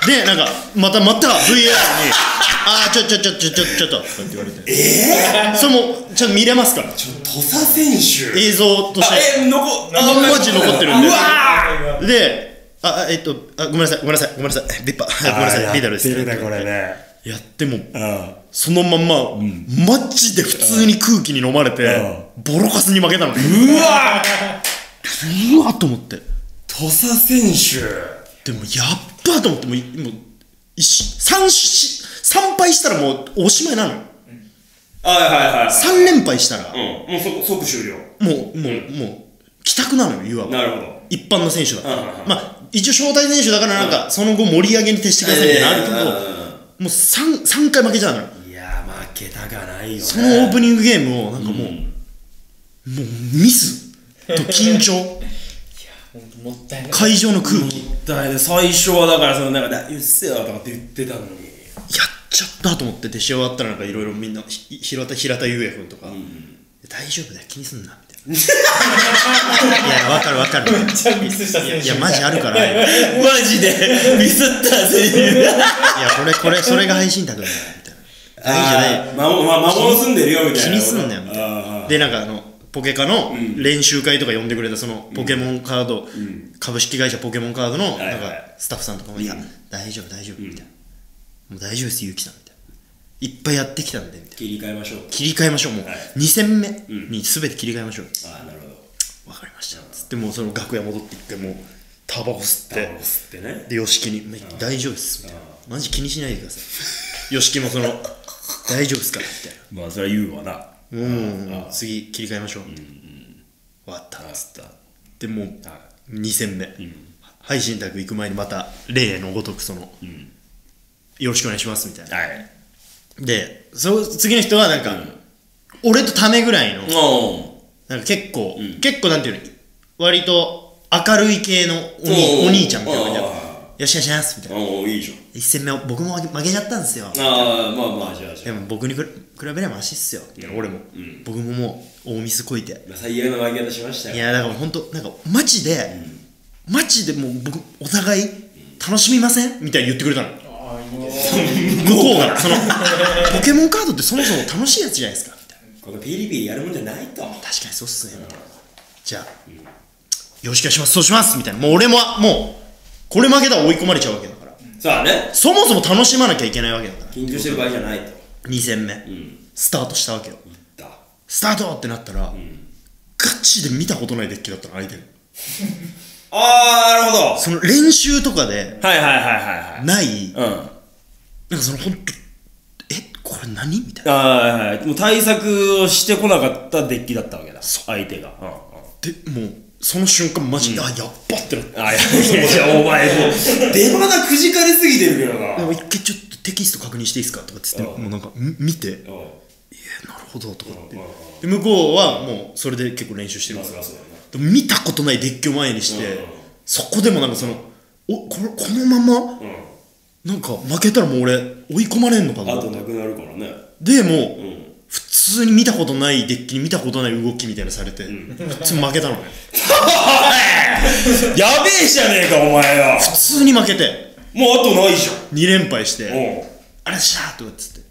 きて でなんかまたまた VR に「ああちょちょちょちょちょちょっと」とかって言われてええそれもちょっと見れますから
土佐選手
映像とし
あ
て
え残っ
あマジ残ってるんで
うわー
で、あ、あえっと、あ、ごめんなさい、ごめんなさい、ごめんなさい、ビッパ、ごめんなさい、ビーダルです。
やってるねこれね
やっても、
うん
そのまんま、マジで普通に空気に飲まれて、ボロカスに負けたのね。
うわ
うわと思って。
土佐選手
でも、やっばと思って、もう、いもう、一三、し三敗したらもうおしまいなのよ。
はいはいはいはい
三連敗したら、
うんもうそ即終了
もう、もう、もう、帰宅なのよ、いわば。
なるほど
一般の選手だから
うんうんう。ん
まあ、一応、招待選手だから、なんか、その後盛り上げに徹してくださいみたいなのあるけど、もう三三回負けちゃうのよ。
いや負けたかないよね
そのオープニングゲームをなんかもう、もうミスと緊 張
ほんともったいない
会場の空気やっ
もったいない最初はだからそのなんか「だうっせえわ」とかって言ってたのに
ちゃったと思って出し終わったらなんかいろいろみんなひ平田平田優也君とか、大丈夫だよ気にすんなみたいないやわかるわかる
めっちゃミスした選手
いやマジあるからいや
マジでミスったせいで
これこれそれが配信卓だよみたいな大丈夫だよ
魔物魔物住んでるよみたいな
気にすんなよみたいな
な
でなんかあのポケカの
ん
練習会とか呼んでくれたそのポケモンカード、株式会社ポケモンカードの
はい
なんかスタッフさんとかも「いや大丈夫大丈夫」みたいな「もう大丈夫ですゆうきさん」みたいな「いっぱいやってきたんで」みたいな
切り替えましょう
切り替えましょうもう
はい
2戦目に全て切り替えましょう
ああなるほど
わかりましたつってもうその楽屋戻って行ってもうタバコ吸っ
タ
て
バコ吸ってね
で YOSHIKI にめ「大丈夫です」みたいなマジ気にしないでください YOSHIKI もその「大丈夫ですから」みたいな
まあそれは言うわな
もうもう次切り替えましょう、終わったっつったでもう2戦目、配信宅行く前にまた例のごとくその、よろしくお願いしますみたいな、
はい
でそ次の人はなんか、俺とためぐらいの
お
なんか結構、
ん
結構なんていうの割と明るい系のお
おう
にお兄ちゃんみたいな感じで
おう
よろしくお願いしますみたいな
おいいじ
1戦目僕も負け負けちゃったんですよ
ゃんああまあまあじゃあじ
で
ゃあ
も僕にく比べればマシっすよ、みたいな俺も、僕ももう大ミスこいて
まあ最悪の負け方しました
い
よ
やだから本当なんかマジで、マジでもう僕お互い楽しみませんみたいに言ってくれ たの
あーいいね
向こうがそのポケモンカードってそもそも楽しいやつじゃないですかみたいな
このピリピリやるもんじゃないと
確かにそうっすねみたいなじゃあ、よろしくお願いしますそうしますみたいなもう俺ももうこれ負けたら追い込まれちゃうわけだから
さあね
そもそも楽しまなきゃいけないわけだから
緊張してる場合じゃないと
2戦目、
ん
スタートしたわけよ
だ
スタートってなったら、ガチで見たことないデッキだったの相手が
ああなるほど
その練習とかで
はいはいはいはいはい
ない、
うんあ
なんかその本当えこれ何みたいな
あはいはいもう対策をしてこなかったデッキだったわけだ相手がうんうん
でもうその瞬間マジで、あやっばってなって
あいやいやいやお前も う出花くじかれすぎてるけどな
でも一回ちょっとテキスト確認していいですかとかっつって
うん
もうなんかん見ていや
おう
なるほどとかって
うんうん
で向こうはもうそれで結構練習してるん
ま
で
あ
す
そ
よ
りゃそうだよな
でも見たことないデッキを前に
う
し
ん
てそこでもなんかそのおこれこのままなんか負けたらもう俺追い込まれんのか
うんあ
な
となくなるからね
で
う
も
ん
普通に見たことないデッキに見たことない動きみたいなのされて普通に負けたのね
やべえじゃねえかお前は
普通に負けて
もうあとないじゃん
2連敗して
お
あれっしゃーとかっつって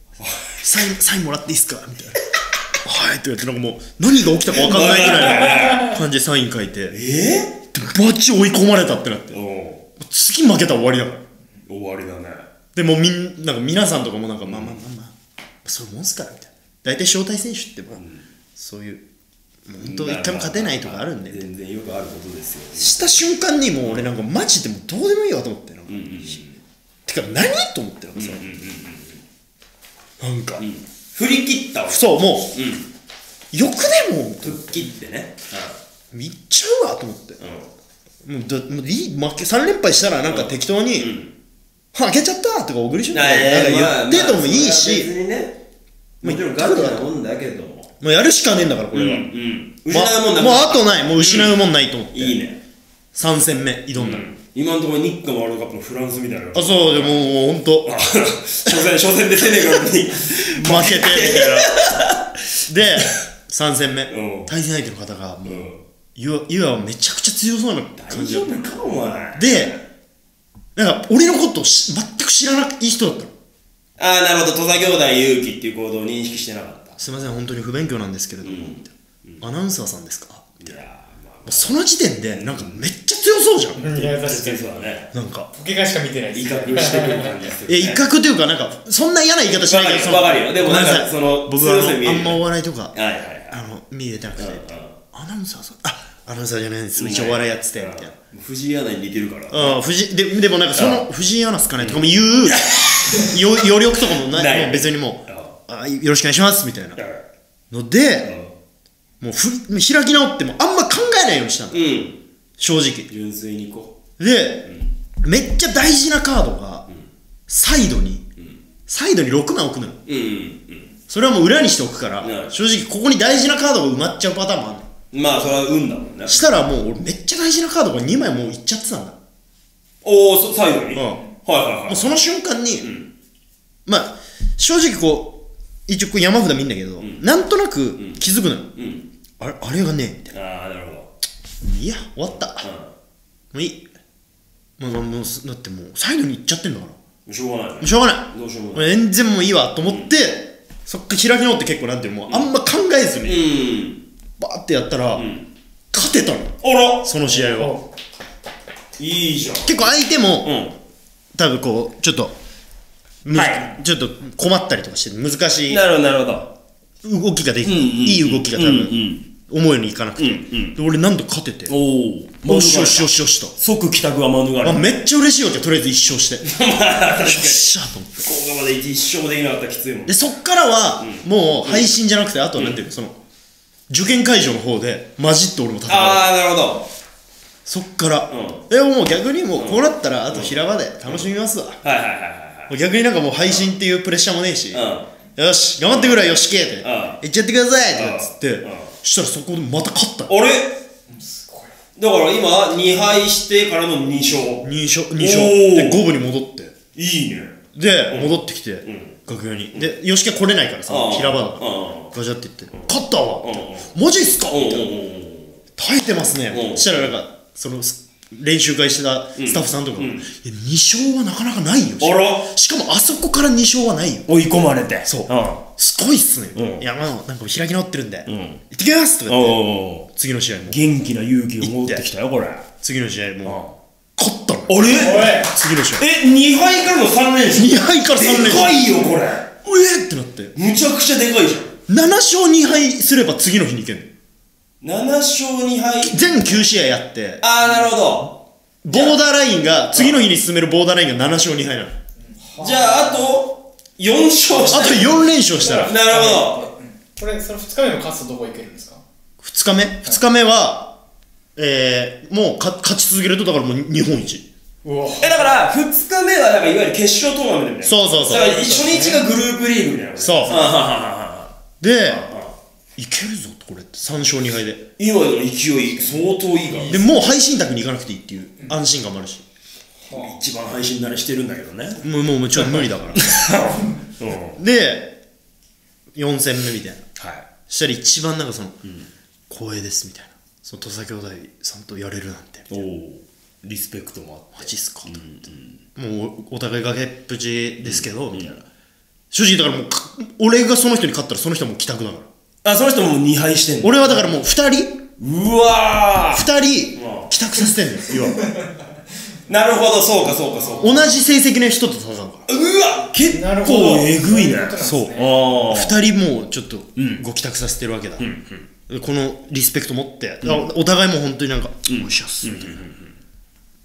サインサインもらっていいっすかみたいな「はい」って言ってなんかもう何が起きたか分かんないぐらいの感じでサイン書いてで
え
バチ追い込まれたってなって
お
次負けたら終わりだから
終わりだね
でもうみんなんか皆さんとかもなんかまあまあまあまあそういうもんすからみたいな大体招待選手ってまあそういうもう本当一回も勝てないとかあるんで
全然よくあることですよ
した瞬間にもう俺なんかマジでもうどうでもいいわと思ってなんか、
うんうんうん
てか何と思ってなんかさ、なんか、
うん振り切ったわ
そうも
うん
うよくねもう
吹っ切ってね
いっちゃうわと思って、もうだもういい負け3連敗したらなんか適当に、
うん
は負けちゃったとか小栗
う
旬
ん
とかなんか言ってとも
まあまあそ
いい
れ
し、
は別にねもちろんガチなもんだけども
もうやるしかねえんだからこれは、
うんうん
ま
失うもんだ
もうあとないもう失うもんないと思って、
いいね
3戦目挑んだの、
今のところニックワールドカップのフランスみたいな
あそうでももう本当負
初戦初戦でセネガルに
けてみたいな で3戦目、
うん
対戦相手の方がもう、
うん
ゆわゆわめちゃくちゃ強そうな感
大
じだ
丈
っ
夫かお前
たでなんか俺のことをし全く知らない人だったの
ああなるほど土佐兄弟勇気っていう行動を認識してなかった
すいません本当に不勉強なんですけれども、みたいなアナウンサーさんですかみたい
い
な
やーまあ
もうその時点でなんかめっちゃ強そうじゃん、
いや確か
確
に
かそうだね
なんか
ポケカしか見てない
威
です
嚇してくる感じがする
え威嚇というかなんかそんな嫌な言い方しな
わか
いけど
る
その
わかるよでもなんか
ごめさい
その
僕はあ
強さ見え
の
る
あんまお笑いとか
はいはいはい
あの見えてなくて、
うんうん
アナウンサーさんあアナウンサーじゃないんです一応お笑いやっててみたいな、
うん藤井アナに似てるから
うん、藤井ででもなんかその藤井アナっすかねとかも言う、よ余力とかもない
ない
もう別にもうあよろしくお願いしますみたいな
だから
のでもうふ開き直ってもあんま考えないようにしたの
うん
正直
純粋に行こ
で、めっちゃ大事なカードがサイドに、サイドに6枚置くのよ
ううんうん
それはもう裏にしておくから、
うん
正直ここに大事なカードが埋まっちゃうパターンもあるの
うんまあそれは運だもんね
したらもう俺めっちゃ大事なカードが2枚もういっちゃってたんだ
おおそサイドに
うん
はいはいは
もう
い
その瞬間に、まあ正直こう一応こう山札見んだけど、なんとなく気づくのよ、
うん
あれあれがねえみたい
ああなるほ
ないや終わった、も
ど
ういいもうもうすだってもうサイドに行っちゃってんだからも
うんしょうがないね
うしょうがない
どうしようも
もう全然もういいわと思って、そっから開き直って結構なんていうのもうあんま考えずに
うん
バーってやったら、
ん
勝てたの
あら
その試合は
いいじゃん
結構相手も、
うん
多分こうちょっとむず
は
ちょっと困ったりとかして難しい
なるほどなるほど
動きができ、
うんうん
いい動きが多
うんう
分、思うようにいかなくて、
うんうん
で俺何度勝ててよ
おお
しよしよしよしと、
即帰宅は免れ
あ、
た
めっちゃ嬉しいわけよとりあえず一勝して よっしゃと思って
福岡まで一生もできなかったらきついもん
でそっからは、もう配信じゃなくてあとはなんていうの、その受験会場の方で混じって俺も戦う
ああなるほ
そっから、
うん
でももう逆にもうこうなったらあと平場で楽しみますわ、
どはいはいはいは
もう逆になんかもう配信っていうプレッシャーもねえし、
いはい
よし頑張ってくれよしきって
ん
行っちゃってくださいとかっつっ
うん
てしたらそこでまた勝った
うんあれだから今2敗してからの2勝
2勝二勝
おー
で五分に戻って
いいね
で戻ってきて楽屋にでよしきは来れないからさ
ああ
平場だか
あ
らガチャって言って勝ったわ
うん
マジっすか
おうおう
みたいな耐えてますね
うん
そしたらなんかそのす練習会してたスタッフさんとかもいや二勝はなかなかないよ
おうあ
しかもあそこから2勝はないよ
ら追い込まれて
そう
う
すごいっすね
うん
いやまあなんか開き直ってるんで
ん
行ってきますとか
お
言
う
って
おう
次の試合も
元気な勇気を持ってきたよこれあ
次の試合
れ
も勝ったの
おい
次の試合
え2敗からの3連勝
2敗から3連
で
勝
かいよこれ
うえーってなって
むちゃくちゃでかいじゃん
7勝2敗すれば次の日に行けんの
7勝2敗
全9試合やって
ああなるほど
ボーダーラインが次の日に進めるボーダーラインが7勝2敗なのあ
じゃああと4勝した
と4連勝したら
なるほど
これその2日目の勝つとどこ行けるんですか
2日目2日目はえー、もうか勝ち続けるとだからもう日本一
うわ
えだから2日目はだからいわゆる決勝トーナメントみたいな
そうそうそう
だから初日がグループリーグみたいな
そう
あはははは
でいけるぞこれって3勝2敗で
今の勢い相当いいから
でもう配信宅に行かなくていいっていう安心感もあるし
一番配信慣れしてるんだけどね
もうもうもうちょっと無理 だから
うんはい
で4戦目みたいなしたら一番なんかその、光栄ですみたいなその土佐兄弟さんとやれるなんて
おおリスペクトもあ
マ
っ
ジっすかと思って、もうおお互い崖っぷちですけど、みたいな正直だからもうか俺がその人に勝ったらその人はもう帰宅だから
てあその人もう2敗してんの
俺はだからもう2人2
うわーう
人
ん
帰宅させてんのよ
なるほどそうかそうかそうか
要は同じ成績の人と戦うから
うわ結
なるほど
構えぐいね
そういうことなんですね
ああ
2人もうちょっと
ん
ご帰宅させてるわけだ、このリスペクト持って、お互いも本当になんか、おいしゃっすみたいな、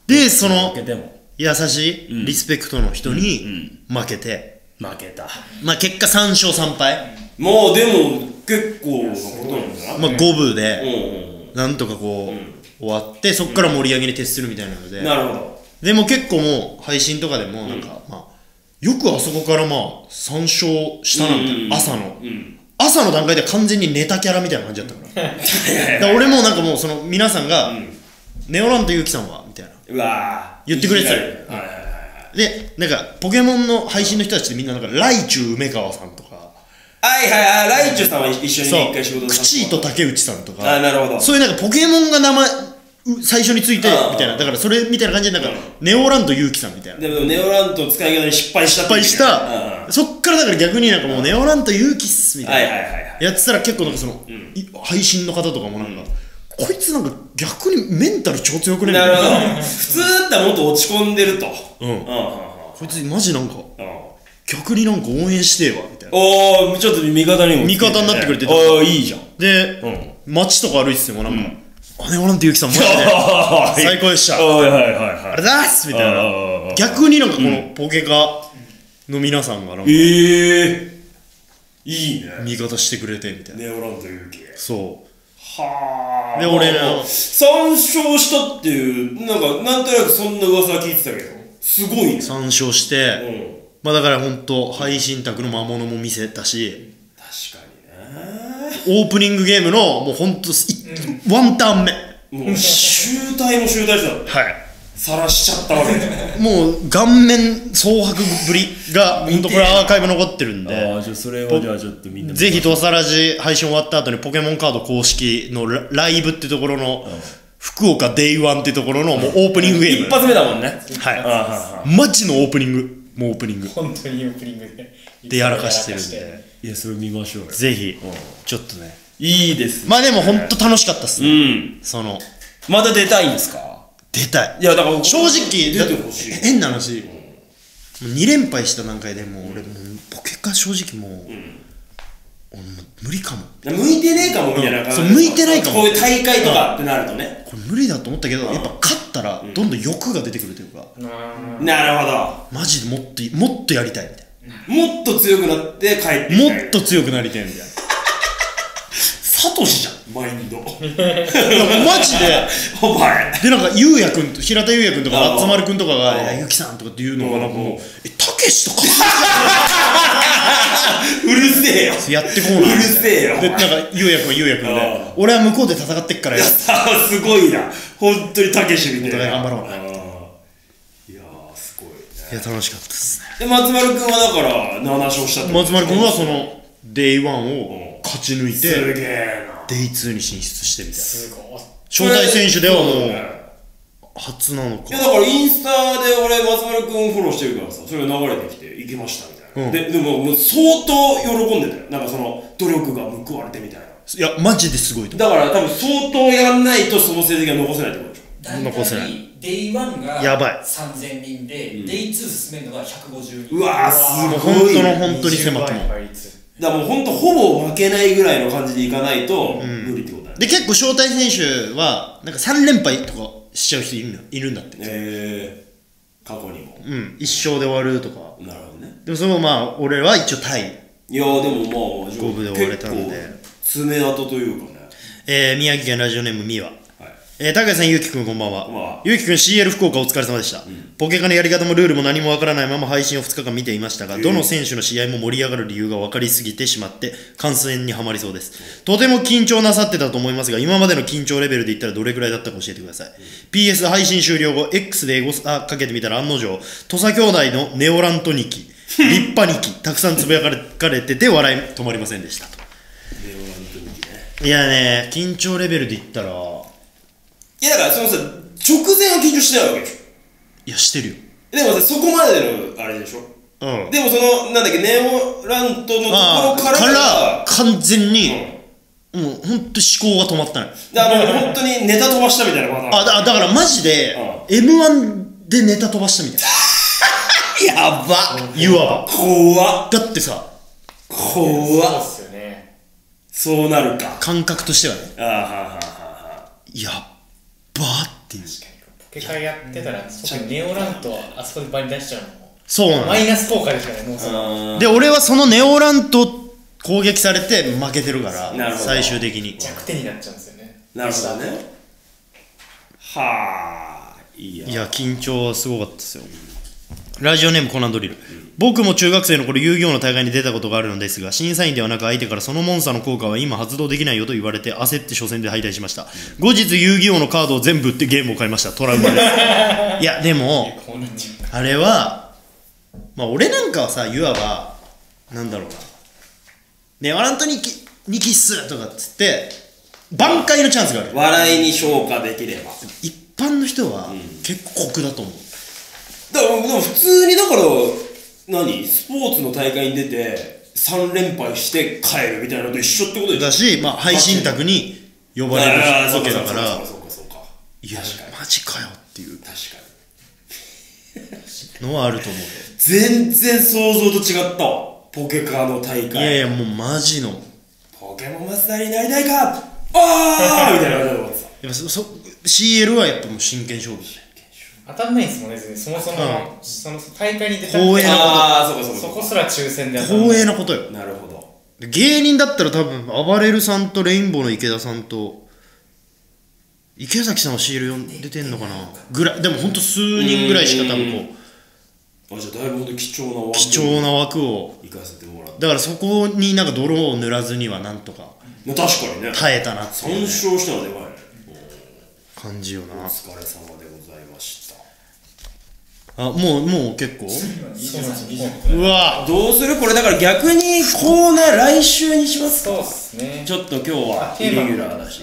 でその
負けても
優し
うん
いリスペクトの人に負けて、
負けた
まあ結果3勝3敗、
まあでも結構なことなんだな
まあ、五分で、
うんうん
なんとかこう、
ん
終わってそこから盛り上げに徹するみたいなので、
うんなるほど
でも結構もう配信とかでもなんか、まあよくあそこからまあ3勝したなみたいな、
うん
朝の
うん
朝の段階では完全にネタキャラみたいな感じだった からだから俺もなんかもうその皆さんが「ネオランとユウキさんは?」みたいな
うわー
言ってくれてたよ
いじらるはいはいはい
でなんかポケモンの配信の人たちってみんななんかライチュウ梅川さんとか
はいはいはい、ライチュさんは一緒に
そ
ね一
う
回仕事
ク
さ
チ
せ
ー
ても
と
らっ
竹内さんと
たあ
か
ー、なるほど。
そういうなんかポケモンが名前う最初について
うん
みたいなだからそれみたいな感じでなんか、ネオランとユウキさんみたいな
でも、ネオラント使い方に失敗したっていう
失敗し
うんうん
た、そっからだから逆になんかもうネオランと勇気っすみ
は
た
い
い
はい
な、
はいはい。
やってたら結構なんかその、
ん
い配信の方とかもなんか、こいつなんか逆にメンタル超強くね
なるほど
みたい。
普通だったらもっと落ち込んでると。
うん
うんうんうん
こいつマジなんか
うん
逆になんか応援してえわみたいな
おー、ちょっと味方にも。
味方になってくれてた
おー、いいじゃん。
で、街とか歩いててもなんか、あネオランと勇気さんマジで 最高でしたあ
おーはいはいはいはい。
れだっすみたい
あああああ
な逆になんかこのポケカの皆さんがなんか
ええー。いいね。
味方してくれてみたいな、
ネオラント勇気。
そう
はあ。
で俺ら
まあ参照したっていう、なんか、なんとなくそんな噂は聞いてたけど。すごいね。
参照し
う
て、
ん。
まあだから本当配信宅の魔物も見せたし
確か
オープニングゲームのもうほんとすいワンターン目は
にね。もう、集大も集大したの。さらしちゃったわけじゃん。
もう顔面蒼白ぶりが本当これアーカイブ残ってるんで
あ、じゃあそれ
ぽじゃあ
ちょっとみん
ぜひドサラジ配信終わった後にポケモンカード公式のラライブってところの福岡デイワンってところのもうオープニングゲー
一
ム
発目だもんね。
はい
ああ
マジのオープニングもうオープニング
本当にオープニングで。
でやらかしてるんで
いや、それ見ましょうよ。
ぜひちょっとね
いいですね。
まあでも本当楽しかったっす
う
ね
ん。
その
また出たいんですか
出たい
いや、だから、
正直
出てほしい。
だ変な話、もう2連敗した段階でもう俺もうポケカ正直もう、俺もう無理かも
向いてねえかもみたいな感じ、
そう向いてないかも
こういう大会とかってなるとね、
これ無理だと思ったけど、やっぱ勝ったらどんどん欲が出てくるというか、
な
なるほ
マジでもっともっとやりたいみたい
どもっと強くなって帰ってきたい
な、もっと強くなりたいみたいなサトシじゃん
マインド
いやマジで
お前
でなんか優也君と平田優也君と
あ
か
ー
松丸君とか
あ
が
ー
いや「ゆきさん」とかっていうのがなんかもう
うん
「えたけしとか?」
うるせえよ
やってこうな
うるせえよ
でなんか優也君は優也君
あー
で俺は向こうで戦ってっからよ
さあすごいな本当にたけしみたいな
お互い頑張ろうな
あーいやーすごいね
いや楽しかったです
で
ね
松丸君はだから7勝したってこと
松丸君はその Day1 を勝ち抜い
すげ
て
えな
Day2 に進出してみたいな
すごい。
招待選手では
そうだ
も
ね
う初なのか
いやだからインスタで俺松丸君フォローしてるからさそれが流れてきて行きましたみたいな、
うん
ででももう相当喜んでたよなんかその努力が報われてみたいない
やマジですごいと思
だから多分相当やんないとその成績が残せないってことでし
大
残せな
体、デイワンが
やばい
3000人で、デイツー進めるのが150人。
ょうわー
うもう
す
本
ごい
当の
だか
本当に狭くも
倍率
らもう本当ほぼ負けないぐらいの感じでいかないと無理ってことだね、
で結構招待選手はなんか3連敗とかしちゃう人いるのいるんだって
えー、過去にも
うん一勝で終わるとか
なるほどね
でもそのまあ俺は一応タイ
いやーでもまあ
五分で終われたんで
結構爪痕というかね
えー宮城県ラジオネームみわ
はい
えー、高橋さん、ゆうきくんこんばんは
こんばんは。
ゆうきくん CL 福岡お疲れ様でした、ポケカのやり方もルールも何もわからないまま配信を2日間見ていましたが、どの選手の試合も盛り上がる理由が分かりすぎてしまって、感染にはまりそうです。とても緊張なさってたと思いますが、今までの緊張レベルで言ったらどれくらいだったか教えてください。PS 配信終了後、X でエゴサかけてみたら案の定、土佐兄弟のネオラントニキ、立派ニキ、たくさんつぶやかれてて笑い止まりませんでしたと。
令和の時ね
いやね、緊張レベルで言ったら、
いやだからそのさ直前は緊張してないわけでしょ
いや、してるよ。
でもさ、そこまでのあれでしょ
うん。
でもその、なんだっけ、ネオラントのとこ
あ
ろ
あ
から
から完全
う
に、
ん
もう本当思考が止まったのよ
だからもう本当にネタ飛ばしたみたいなパターン。
あだだからマジで、m 1でネタ飛ばしたみたい
やば
ないわ
怖っ
ばだってさ
怖っ
そうっすよね。
そうなるか。
感覚としてはね
あーはあはあはあはあ。
やっばーっていう
ポケカやってたら、特にネオランとあそこで場に出しちゃうのも、
そうなの
マイナス効果ですからね、もうその。
で俺はそのネオラント攻撃されて負けてるから
なるほど
最終的に
弱点になっちゃうんですよね。
なるほどね。はあ。いや。
いや緊張はすごかったですよラジオネームコナンドリル、僕も中学生の頃遊戯王の大会に出たことがあるのですが審査員ではなく相手からそのモンスターの効果は今発動できないよと言われて焦って初戦で敗退しました、後日遊戯王のカードを全部売ってゲームを買いましたトラウマですいやでも
こうなっちゃう。
あれは、まあ、俺なんかはさ、いわば、なんだろうな、ね、ワラントにキにキッスとかっつって、挽回のチャンスがある。
笑いに昇華できれば。
一般の人は、結構酷だと思う。
だから、でも普通にだから、何スポーツの大会に出て、3連敗して帰るみたいなのと一緒ってことでしょ
だし、まあ、配信宅に呼ばれる
ああ、そ
わ
うか
け
そ
だ
うか
か
そう
ら
か、そうかそうか。
いや
確かに、
マジかよっていう
確かに。
のはあると思うよ。
全然想像と違ったわポケカの大会
いやいや、もうマジの。
ポケモンマスターになりたいか あーみたいな感じだと思ってた
やっぱそそ CL はやっぱもう真剣勝負だね。
当たんないんですもんね、全然そもそも、
う
その大会に出た
光栄な
あーそうか
そ
そう
こ
か
すら抽選で当たんない
光栄なことよ。
なるほど
で芸人だったら多分暴れるさんとレインボーの池田さんと池崎さんはシール読ん出てんのかなぐらいでもほんと数人ぐらいしか多分こう
あじゃあだいぶ本当貴重な枠
貴重な枠を
行かせてもらって
だからそこになんか泥を塗らずにはなんとか
まあ確かにね
耐えたなって
参
いうね
照したのでかいね
感じよ
お
な
疲れ様でございました
あもうもう結構
そうなんですよ。
うわ
どうするこれだから逆にコーナー来週にしますか
そうですね。
ちょっと今日は
あ
イ
テーマ
レギュラーだし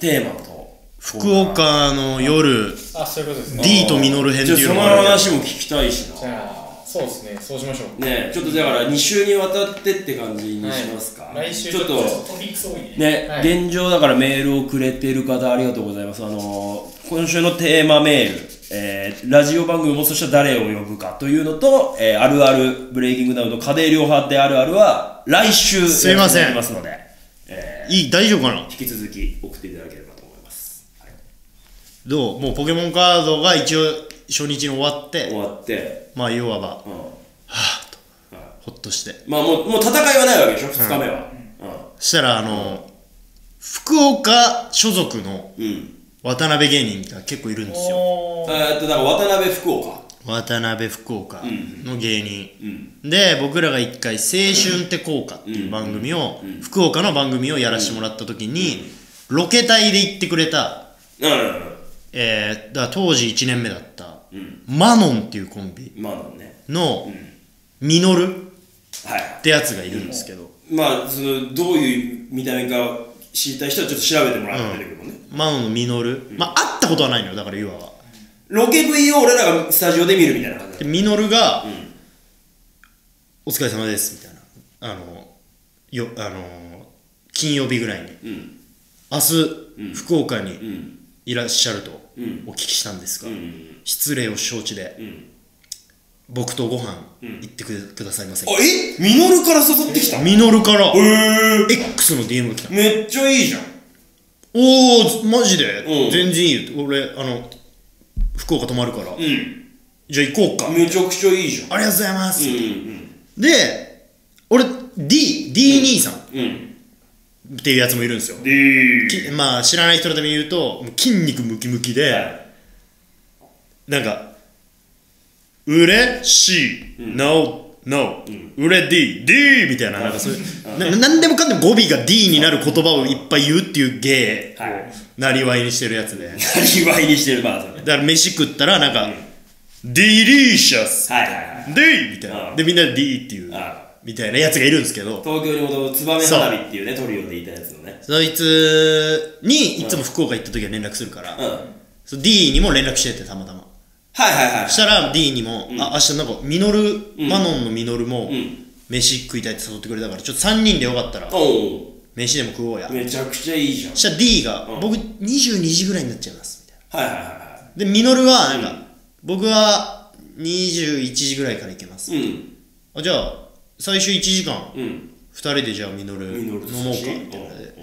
テーマと
福岡の夜
あ、そういうことですね。
D とミノル編っ
じゃ
て
あ
いう
そ
の
の
がある
話も聞きたいしな
じゃあ、そうですね、そうしましょう。
ねちょっとだから2週にわたってって感じにしますか、
来週
ちょっと
トピックス多いね。
ね、
はい
現状だからメールをくれてる方ありがとうございますあのー今週のテーマメール、えーラジオ番組もそしたら誰を呼ぶかというのと、えーあるあるブレイキングダウンの家庭量派であるあるは来週
すいません
やってますので、え
いい大丈夫かな
ー引き続き送っていただければと思います、はい
どうもうポケモンカードが一応初日に終わって
終わって、
まあ要はば
うん
ほっとして
まあもうもう戦いはないわけでしょ2日目は
したらあの、福岡所属の
うん、うん
渡辺芸人が結構いるんですよ
おー
えーっとだから渡辺福岡
渡辺福岡の芸人、で僕らが一回「青春って効果」っていう番組を、福岡の番組をやらせてもらった時に、ロケ隊で行ってくれた、
うんうん
えーだから当時1年目だった、
ん
マノンっていうコンビ
うんまあね
の、ミノル
はい
ってやつがいるんですけど、
まあそのどういう見た目か知りたい人はちょっと調べてもらってるけどね、
マノンのミノル、まあ会ったことはないのよだから要は。
ロケ V を俺らがスタジオで見るみたいな感じ
で
だ
ミノルが、
ん
お疲れ様です」みたいなあのよあの金曜日ぐらいに
うん
明日、福岡
う
に
ん
いらっしゃると
うん
お聞きしたんですが、
うん
失礼を承知で
うん
僕とご飯行ってく,、くださいませ
あえミノルから誘ってきたへ
ミノルから
え
X の DM が来た
めっちゃいいじゃん
おおマジで、
うん
全然いいよ俺あの福岡泊まるから、
うん
じゃあ行こうか、あり
めちゃくちゃいいじゃん
がとうございます、
うん
で俺 D D 兄さん
うんうん
っていうやつもいるんですよ
でー
きまあ知らない人のために言うともう筋肉ムキムキで、なんか「うれしい」No No」「うれ D」「D」みたいななんかそういうな何でもかんでも語尾が D になる言葉をいっぱい言うっていう芸
はい
なりわいにしてるやつで
なりわいにしてるまあそれ
だから飯食ったらなんか「ディリーシャス」
はいはいはい
D みたいな
うん
でみんなで D っていう
あ
みたいなやつがいるんですけど
東京に戻るツバメ花火っていうねトリオでいたやつのね
そいつにいつも福岡行った時は連絡するから、
うんはい
そう D にも連絡しててたまたま
はいはい
そしたら D にも、あ明日なんかミノル、マノンのミノルも、
ん
飯食いたいって誘ってくれたからちょっと3人でよかったら
お
飯でも食おうや
おめちゃくちゃいいじゃん
そしたら D が、
うん
僕22時ぐらいになっちゃいますみたい
はいはいは
なでミノルはなんか、僕は21時ぐらいから行けます、
いはいうん
あじゃあ最終1時間
うん
二2人でじゃあミノル飲もうかみたいなので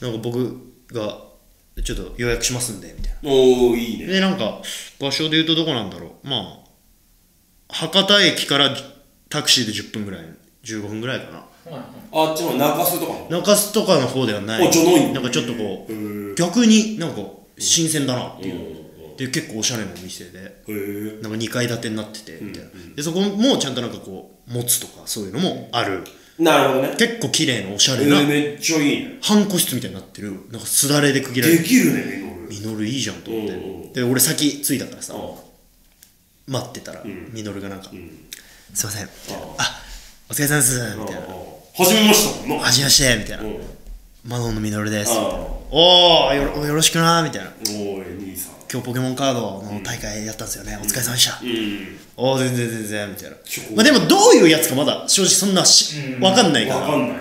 なんか僕がちょっと予約しますんでみたいな
おおいいね
でなんか場所で言うとどこなんだろうまあ博多駅からタクシーで10分ぐらい15分ぐらいかな
あっちの中洲とかも
中洲とかの方ではない
あじゃないんだ
なんかちょっとこ
へ
う
え
逆になんか新鮮だなっていう、
へ
で結構おしゃれなお店で
え
なんか2階建てになっててみたいな、
うんうん
でそこもちゃんとなんかこう持つとかそういうのもある、
なるほどね
結構綺麗なおしゃ
え
れな、
ーめっちゃいいね
半個室みたいになってるなんかすだれで区切られ
で
て
きるねミノル
ミノルいいじゃんと思って、
うんうん
で俺先着いたからさ、
あ
待ってたら、
ん
ミノルがなんか、
ん
すいません」みたいな
あ
「あお疲れ様です」みたいな
初めましたもん
「
な
はじめまして」みたいな
うん
「マドンのミノルです」みたいな
あ
「おーよよろしくな」みたいな
おーい兄さん
「今日ポケモンカードの大会やったんですよね、お疲れ様でした」
うん
おー全然全然」みたいな
ちょ
まあでもどういうやつかまだ正直そんなし、
うん
わかんないか
わ
ら
かんないね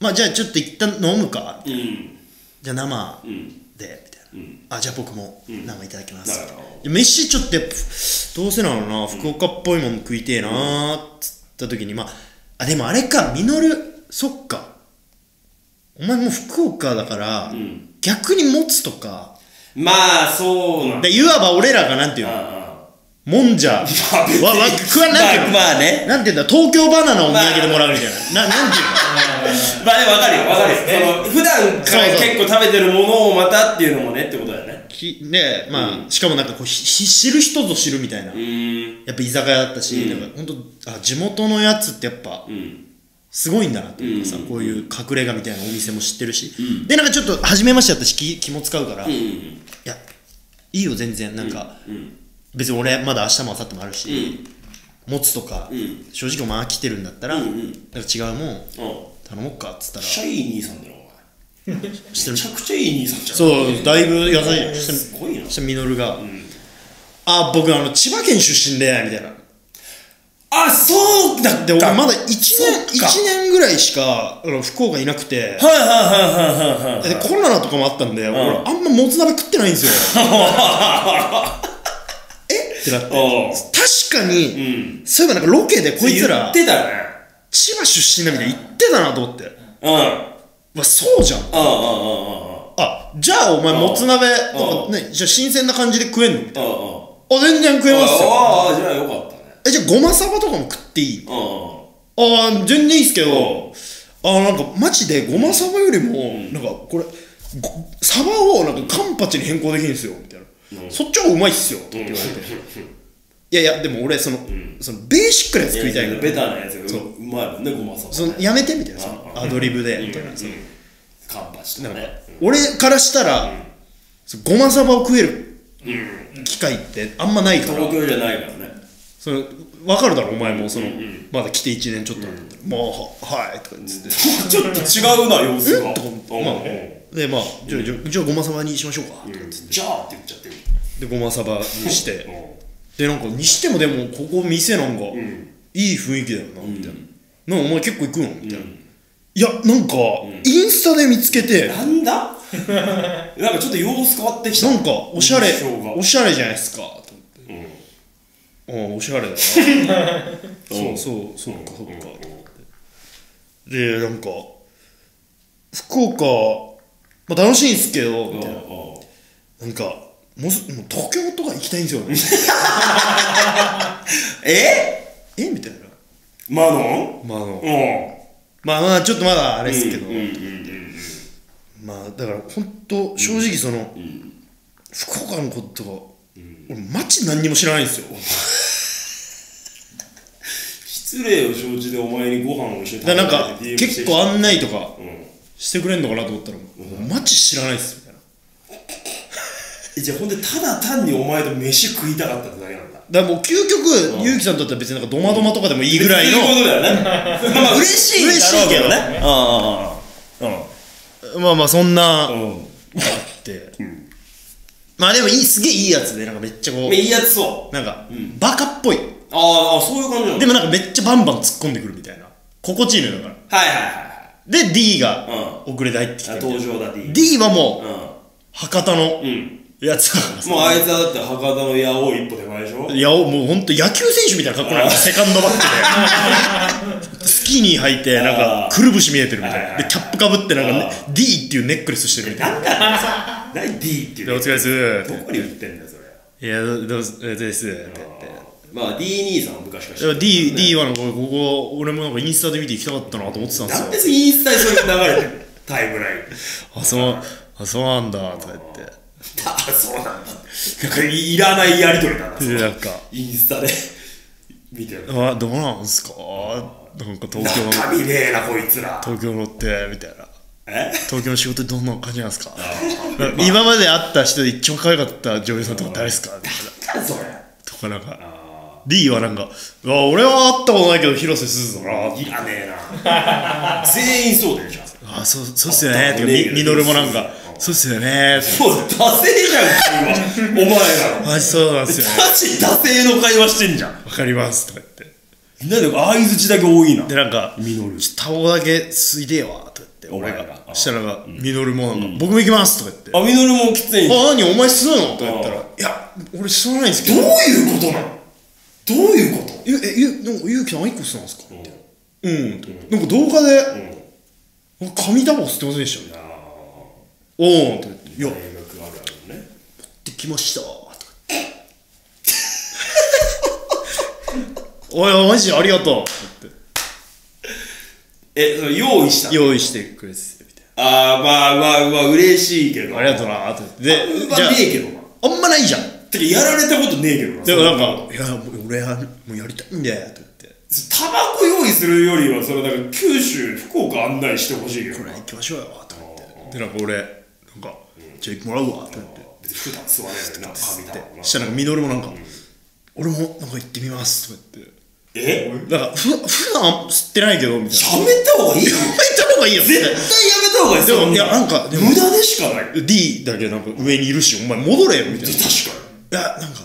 まあじゃあちょっと一旦飲むか
うん
じゃあ生
うん
でみたいな、
うん
あじゃあ僕も
ん
生いただきます、
なるほど
で飯ちょっとやっぱどうせなのな福岡っぽいもん食いてえなーっつった時にまああでもあれかミノルそっかお前もう福岡だから、
ん
逆に持つとか
まあそうなんだ
でいわば俺らがなんていうの
あ
もんじゃわわ
あ別に
食わなんていうの、
まあまあね
なんていうんだ東京バナナをお土産でもらうみたいな、ななんていうの
まあでも分かるよ分かるよ、そ
そ
の普段から
そうそう
結構食べてるものをまたっていうのもねってことだよね
きでまあ、しかもなんかこうひひ知る人ぞ知るみたいな、
うーん
やっぱ居酒屋だったし、
うん
なんか本当あ地元のやつってやっぱ
うん
すごいんだなっていうかさ、
うん
こういう隠れ家みたいなお店も知ってるし、でなんかちょっと初めましてだったし気気も使うから、
うん
いやいいよ全然なんか、
うん
別に俺まだ明日も明後日もあ
う
る
んう
し、
ん
持つとか、
ん
正直お前飽きてるんだったら、
うんうん
なんか違うもん
め
頼もうかっつったら
っちゃいい兄さんだよお前
知って
め
る
ちゃくちゃいい兄さんじゃん
そうだいぶ優しいそし
すごいな
たらそしたらミノルが「あ僕あの千葉県出身で」みたいな。
あそうだ
で俺まだ1
そ
年
っか
一年ぐらいしかあの福岡いなくて
はいはいはいはいはいはい
でコロナとかもあったんで、俺あんまもつ鍋食ってないんです よえってなって
おう
確か
う
に、
ん
そういえばなんかロケでこいつ
言
ら
ってたね
千葉出身だみたいな言ってたなと思って
うんうん
わそうじゃん
う
あじゃあお前
うん
もつ鍋なん
う
か、ね、じゃあ新鮮な感じで食えんのみたい
んうんうんうんうん
なあ全然食えますよ
ああじゃあよかったね
えじゃあごまさばとかも食っていい
うんうん
ああ全然いいっすけどあーなんかマジでごまサバよりも、なんかこれごサバをなんかカンパチに変更できるんですよみたいな、そっちもうまいっすよって言われて、いやいやでも俺その,、そのベーシックなやつ食いたいから
ベタなやつが
そう
ううまいもんねごまさば
そのやめてみたいなそ
うん
のアドリブでみたいな、その
カンパチと
なん
か
か
ね
俺からしたら、そのごまサバを食える機会ってあんまないから、
東京じゃないからね
その分かるだろお前もその、まだ来て1年ちょっとなんだったら、もうははいとか言って。
ちょっと違うな様子が
とか思って、まあ、でまあじゃあじゃあじゃあごまさばにしましょうか、
うんじゃあって言っちゃってる
でごまさばにして
うん
でなんかにしてもでもここ店なんか、いい雰囲気だよなみたいな、なんかお前結構行くのみたいな、いやなんか、インスタで見つけてな
なん だなんかちょっと様子変わってきた
んかおしゃれ
印象が
おしゃれじゃないですかと思って、ああおしゃれだなそうそうそうかそうかと思ってでなんか福岡、まあ、楽しいんすけどみたいななんか、もうすもう東京とか行きたいんですよ ね。
え
えみたいな。
マノン
まああの、
う
まあまあ、ちょっとまだあれですけど、
んうんうん
まあだから本当、正直その、福岡のこととか、俺マジ何にも知らないんですよ。
失礼を承知でお前にご飯を一緒に食べ
だから
た
なんか、
いって DM
結
してき
構案内とか
たうん
してくれんのかなと思ったら、マジ知らないっすみたいな。
えじゃあほんでただ単にお前と飯食いたかったってだけなんだ
だからもう究極、ゆうきさんだったら別になんかドマドマとかでもいいぐらいの、
そういうことだよねまあ嬉しいんだろうけどねうんうんうんうん
まあまあそんな、あ
うん
って、まあでもいい、すげえいいやつで、なんかめっちゃこ、
まあいういやつそう
なんか、バカっぽい。
ああそういう感じなの
でもなんかめっちゃバンバン突っ込んでくるみたいな。心地いいのよだから。
はいはいはい
で、D が遅れて入ってき
はい
てみたい
登
な。
場だ D
D はも
う
う、博多の
んうん
やつだからさ
もうあいつはだって博多の八尾一歩手前でしょ
いやもう本当野球選手みたいな格好なのセカンドバックでスキニー履いてなんかくるぶし見えてるみたい
は
ない
はい
でキャップかぶってなんか、ね
あ、
D っていうネックレスしてるみたいな
何 D っていう
でお疲れっす
どこに売ってんだよそれ
いやどどうすどうですって言って
まあ D 兄さんは昔か
いや
ら
D, D
は
はなんかここ俺もなんかインスタで見て行きたかったなと思ってたんで
なんです
よ
インスタにそれが流れてるタイムライン
あそうあそうなんだとか言って
あそうなんだなんかいらないやりとりだな
でなんか
インスタで見てる
あどうなんすかなんか東京の
中身ねえなこいつら
東京乗ってみたいな
え
東京の仕事どんな感じなんですかなんか今まで会った人で一番可愛かった女優さんとか誰ですかみたいな
なんだそれ
とかなんか D はなんか「うわ俺は会ったことないけど広瀬すずだな」
いらねえ な全員そうだよじゃあ
あそうそうっすよね」っ
会った
て
ことねえけど
みみのるもなんか「そうっすよね」って
もうダセえじゃん君はお前ら
マジそうなんですよね
マジダセえの会話してんじゃん
わかります」とか言って
なんで相づちだけ多いな
でなんか
ミノル
ちょっとタオだけすいでよ」とか言って俺
お前が
が
あ
したらなんかみのるもなんか「僕も行きます」とか言って「
あミノルもきついんじゃん
あ何お前吸うの?」とか言ったら
あ
「いや俺吸わないんですけ
どう
ど」
いうことなのどういうこと
ゆえゆなんかゆうきさんアイコスなんですか?」みたいな「うん」なんか動画で「なんか紙タバコ吸ってませんでした」みたいな「おーん」とか言って「いや
大
行
学あるあるね
ってきました」とか言 って「おいマジでありがとう」って言っ
えその用意した
て 用意してくれててみたい
ああまあまあまあ嬉しいけど
な「ありがとうな」とか言って
う
で
ま
じゃ
ねえけどな
ああんまないじゃん
てかやられたことねえけどな
でもなんか「いやもう俺はもうやりたいんだよ」とか言って「
タバコ用意するよりはそれなんか九州福岡案内してほしいよ
これ
な
行きましょうよ」とか言ってでなんか俺なんか「じゃあ行ってもらうわ」とか言って
別に普段座れるな髪だもんな
したらなんかミノルもなんか、俺もなんか行ってみますとか言って
え
なんかふ普段吸ってないけどみたいな
やめた方がいいよ
やめた方がいいよ
絶対やめた方がいい
でも
そ
いやなんかでも
無駄でしかない確か
D だけなんか上にいるしお前戻れよみたいないやなんか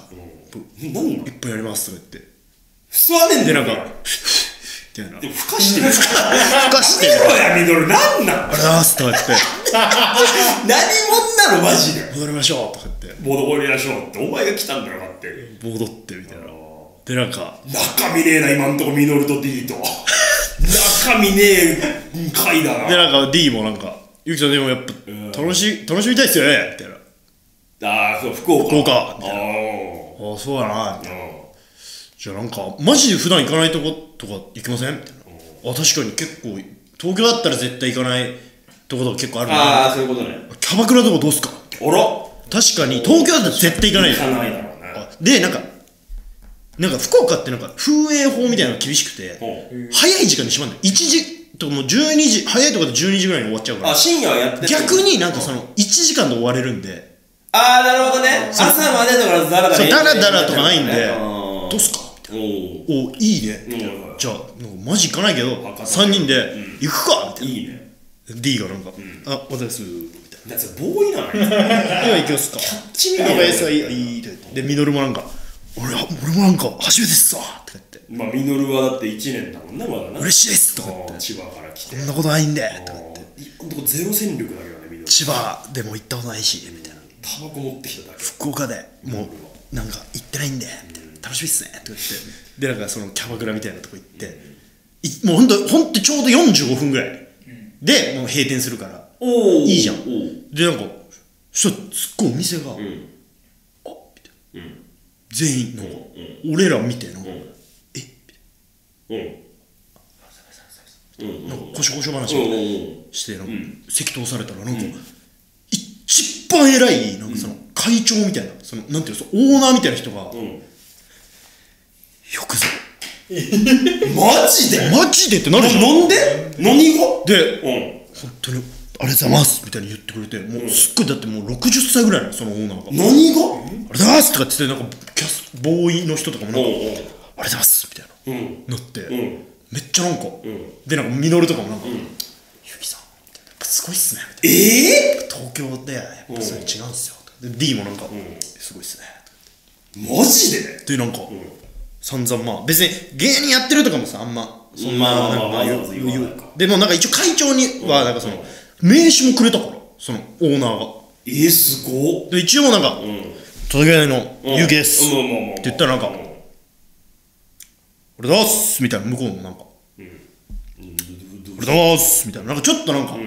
に何なの
一本やりますとか言って
吸わねえんだ
で
よ
なんかみたいな
でもふかしてるふか
ふかして
して
る
ろやミドル何なの
ありがとうございますとか言って
何者なのマジで
戻りましょうとか言って
戻りましょうってお前が来たんだよだって
戻ってみたいなでなんか
中身ねえな今んとこミノルと D と中身ねえ回だな
でなんか D もなんか「ゆきさんでもやっぱ楽しい楽しみたいっすよね」みたいな
あ
「
あそう福岡
福岡
ああ
ああそうだな」みたいなじゃあなんかマジで普段行かないとことか行きませんみたいなあ確かに結構東京だったら絶対行かないとことか結構ある
ああ
な
そういうことね
キャバクラとかどうすか
あら
確かに東京だったら絶対行かない
行
じゃ
か
ん
ないだろうね
でなんかなんか福岡ってなんか風営法みたいなのが厳しくて
ほ
早い時間に閉まるの1時とかもう12時早いとこで12時ぐらいに終わっちゃうか
あ
ら
深夜はやって
逆になんかその1時間で終われるんで
ああなるほどね朝までとからダラダ
そ
ラ
うダラダラとかないんで
あ
どうすかみたいな
ーお
おいいねみたい
うん
なじゃあなんかマジ行かないけど
博多
3人で行くかみた
ー
いない
いね
D がなんか、あ、私みた
だ
い
ってボーイな のよ
な。今行きますか。キャッ
チみたいな
はいい、いいとか言って。で、ミノルもなんか、俺は、俺もなんか、初めてっすわとか言って、
まあミノルはだって1年だもんねまだな
嬉しいっすとか言って
あー、千葉から来て
こんなことないんで、とか言って、
ほんとゼロ戦力だけどねみんな
千葉でも行ったことないし、みたいな。
タバコ持ってきただけ
福岡でもう、なんか行ってないんで、みたいな。楽しみっすね、とか言って。で、なんかそのキャバクラみたいなとこ行って、いもうほんと、ほんとちょうど45分ぐらい。で、もう閉店するから。
お
いいじゃん
おう
でなんかそしたらすっごいお店が、あみたいな、全員なんか、俺ら見てなんか、え
うん
なんかこしょこしょ話
うんう
を
ん
してなんか、席通されたらなんか、一番偉いなんかその会長みたいなそのなんていうのそのオーナーみたいな人が、
ん
よくぞ
マジで
マジでってなるじゃん
飲んで何が
で
う
本当にありがとうございますみたいに言ってくれてもうすっごいだってもう60歳ぐらいなのそのオーナーが
ん何が
ありがとうございますとかって言ってなんかキャスボーイの人とかもなんか、
うんうん
ありがとうございますみたいな、
うん
なって、
ん
めっちゃなんか、
ん
でなんかミノルとかもなんか「ゆきさん」みたいな「やっぱすごいっすね」みたい
え
な「東京でやっぱそれ違うんすよ」とかで D もなんか、すごいっすね」
ー、マジで
でなんか、散々まあ別に芸人やってるとかもさあんまそんな
まあ
なんか
まあ
言
わざわざ言わ
う
ない
言う
か
でもなんか一応会長にはなんかその名刺もくれたからそのオーナーが
えー、すごっ
で一応なんか
うん
「届けないの有形っす」
うんうんうんうん
って言ったらなんか
うん
「俺だっす」みたいな向こうもなんか「俺だっす」みたいななんかちょっとなんか「
うん
ん?」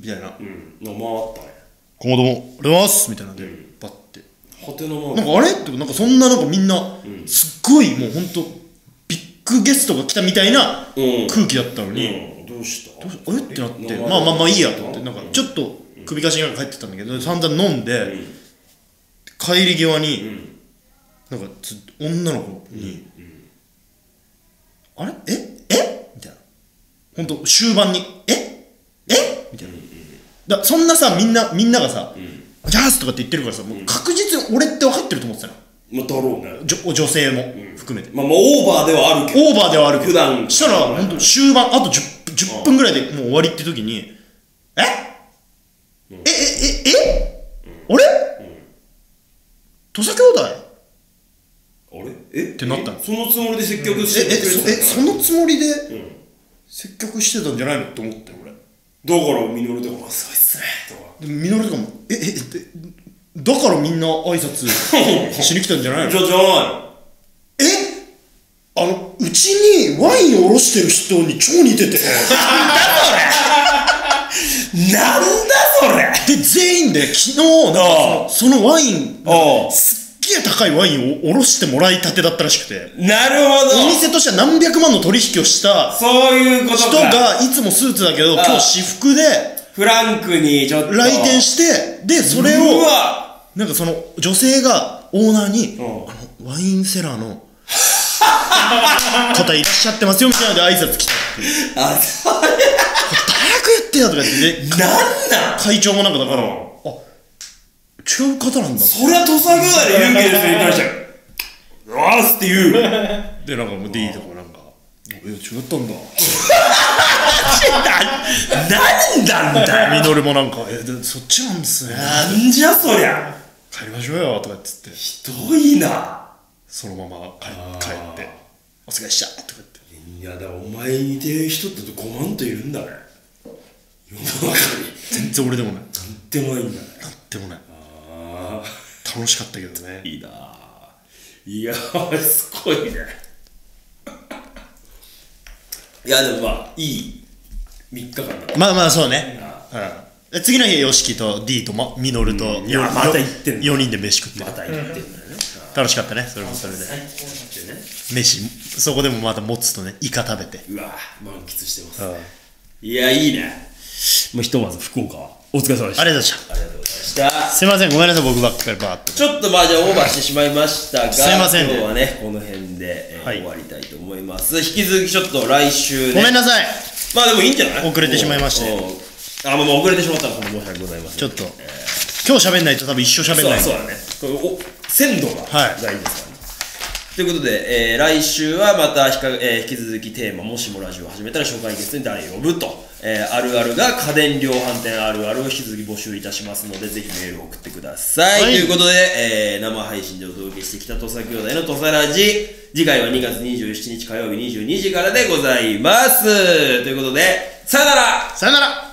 みたいな
うんの回ったね
「今後とも俺だっす」みたいなんで
ん
バッて
果てのま
なんかあれってなんかそんななんかみんなすっごいもうほんとビッグゲストが来たみたいな
うん
空気だったのに、
うんどうした
あれってなってまあまあまあいいやと思ってなんかちょっと首かしげながら帰ってたんだけど散々飲んで、
ん
帰り際に、
ん
なんかつ女の子に「あれええみたいな本当終盤に「ええみたいな、だそんなさみんなみんながさ「ジャース」とかって言ってるからさもう確実に俺って分かってると思ってたの
まあだろうね
じょ女性も含めて、
まあまあオーバーではあるけど
オーバーではあるけど
普段
したら本当終盤あと 10, 10分ぐらいでもう終わりって時にえええええあれ土佐兄弟
あれえって
なったの
そのつもりで接客し
え
て
え
くれて
そえそ
の
のつもりで
ん
接客してたんじゃないのって思って俺
だからミノルとかがすごいっすねとか
でミノルとかもえええでだからみんな挨 拶しに来たんじゃない
じ
の
ゃじゃな
えあのうちにワインをろしてる人に超似 てて
いなんだそれ
で全員で昨日なんか
あ
そのそのワイン
ああ
すっげえ高いワインをおろしてもらいたてだったらしくて
なるほ
お
ど
店としては何百万の取引をした
そういうこと
人
か
がいつもスーツだけど今日私服で
フランクにちょっと
来店してでそれ
う
を
わ
なんかその女性がオーナーに
うん
「あのワインセラーの方いらっしゃってますよ」みたいなので挨拶来たっていう
あそれ
早くやってよとか言ってで
なんなん
会長もなんかだから
うん
あ違う方なんだ
そりゃ土佐兄弟で言うけどに対して「うわっす」って言うよ
でなんかもう D とかなんか「いや違ったんだ」
なんなんだよ
ミノルもなんか、え、でそっちなんですね。
なんじゃそりゃ
帰りましょうよとかっつって、
ひどいな
そのまま帰帰って、お疲れっしたとか言って。
いやだからお前に似てる人って5万といるんだね世の中に
全然俺でもない。
なんでもないんだね
なんでもない。
あ
楽しかったけどね
あ。いいなあいやすごいねいやでもまあいい3日間だった
まあまあ、そうね。うん。で次の日、ヨシキと D と、ま、ミノルと、
いやまた行ってんの
4人で飯食って
ま。た言ってんだよね
楽しかったね、それもそれで。
最高なんてね
飯、そこでもまたもつとね、イカ食べて。
うわ満喫してます
うん。あり
いやいいねまあひとまず福岡はお疲れ様でした
がとうございました。
ありがとうございました
すいません、ごめんなさい、僕ばっかりバーっと。
ちょっとまあじゃあオーバーしてしまいましたが、
すいません
今日はね、この辺で、えー
はい
終わりたいと思います。引き続きちょっと来週ね。
ごめんなさい。
まあでもいいんじゃない
遅れてしまいまして
うんうんあ、まあまあ遅れてしまったら申し訳ございません。
ちょっと、今日喋んないと多分一生喋んないんで。
そうだそうだね。これお鮮度が
はい
大事ですからね。ということで、えー来週はまたひか、えー引き続きテーマ、もしもラジオを始めたら初回ゲストに第呼ぶと、えーあるあるが家電量販店あるあるを引き続き募集いたしますので、ぜひメールを送ってください。
はい
ということで、えー生配信でお届けしてきた土佐兄弟の土佐ラジ、次回は2月27日火曜日22時からでございます。ということで、さよなら
さよなら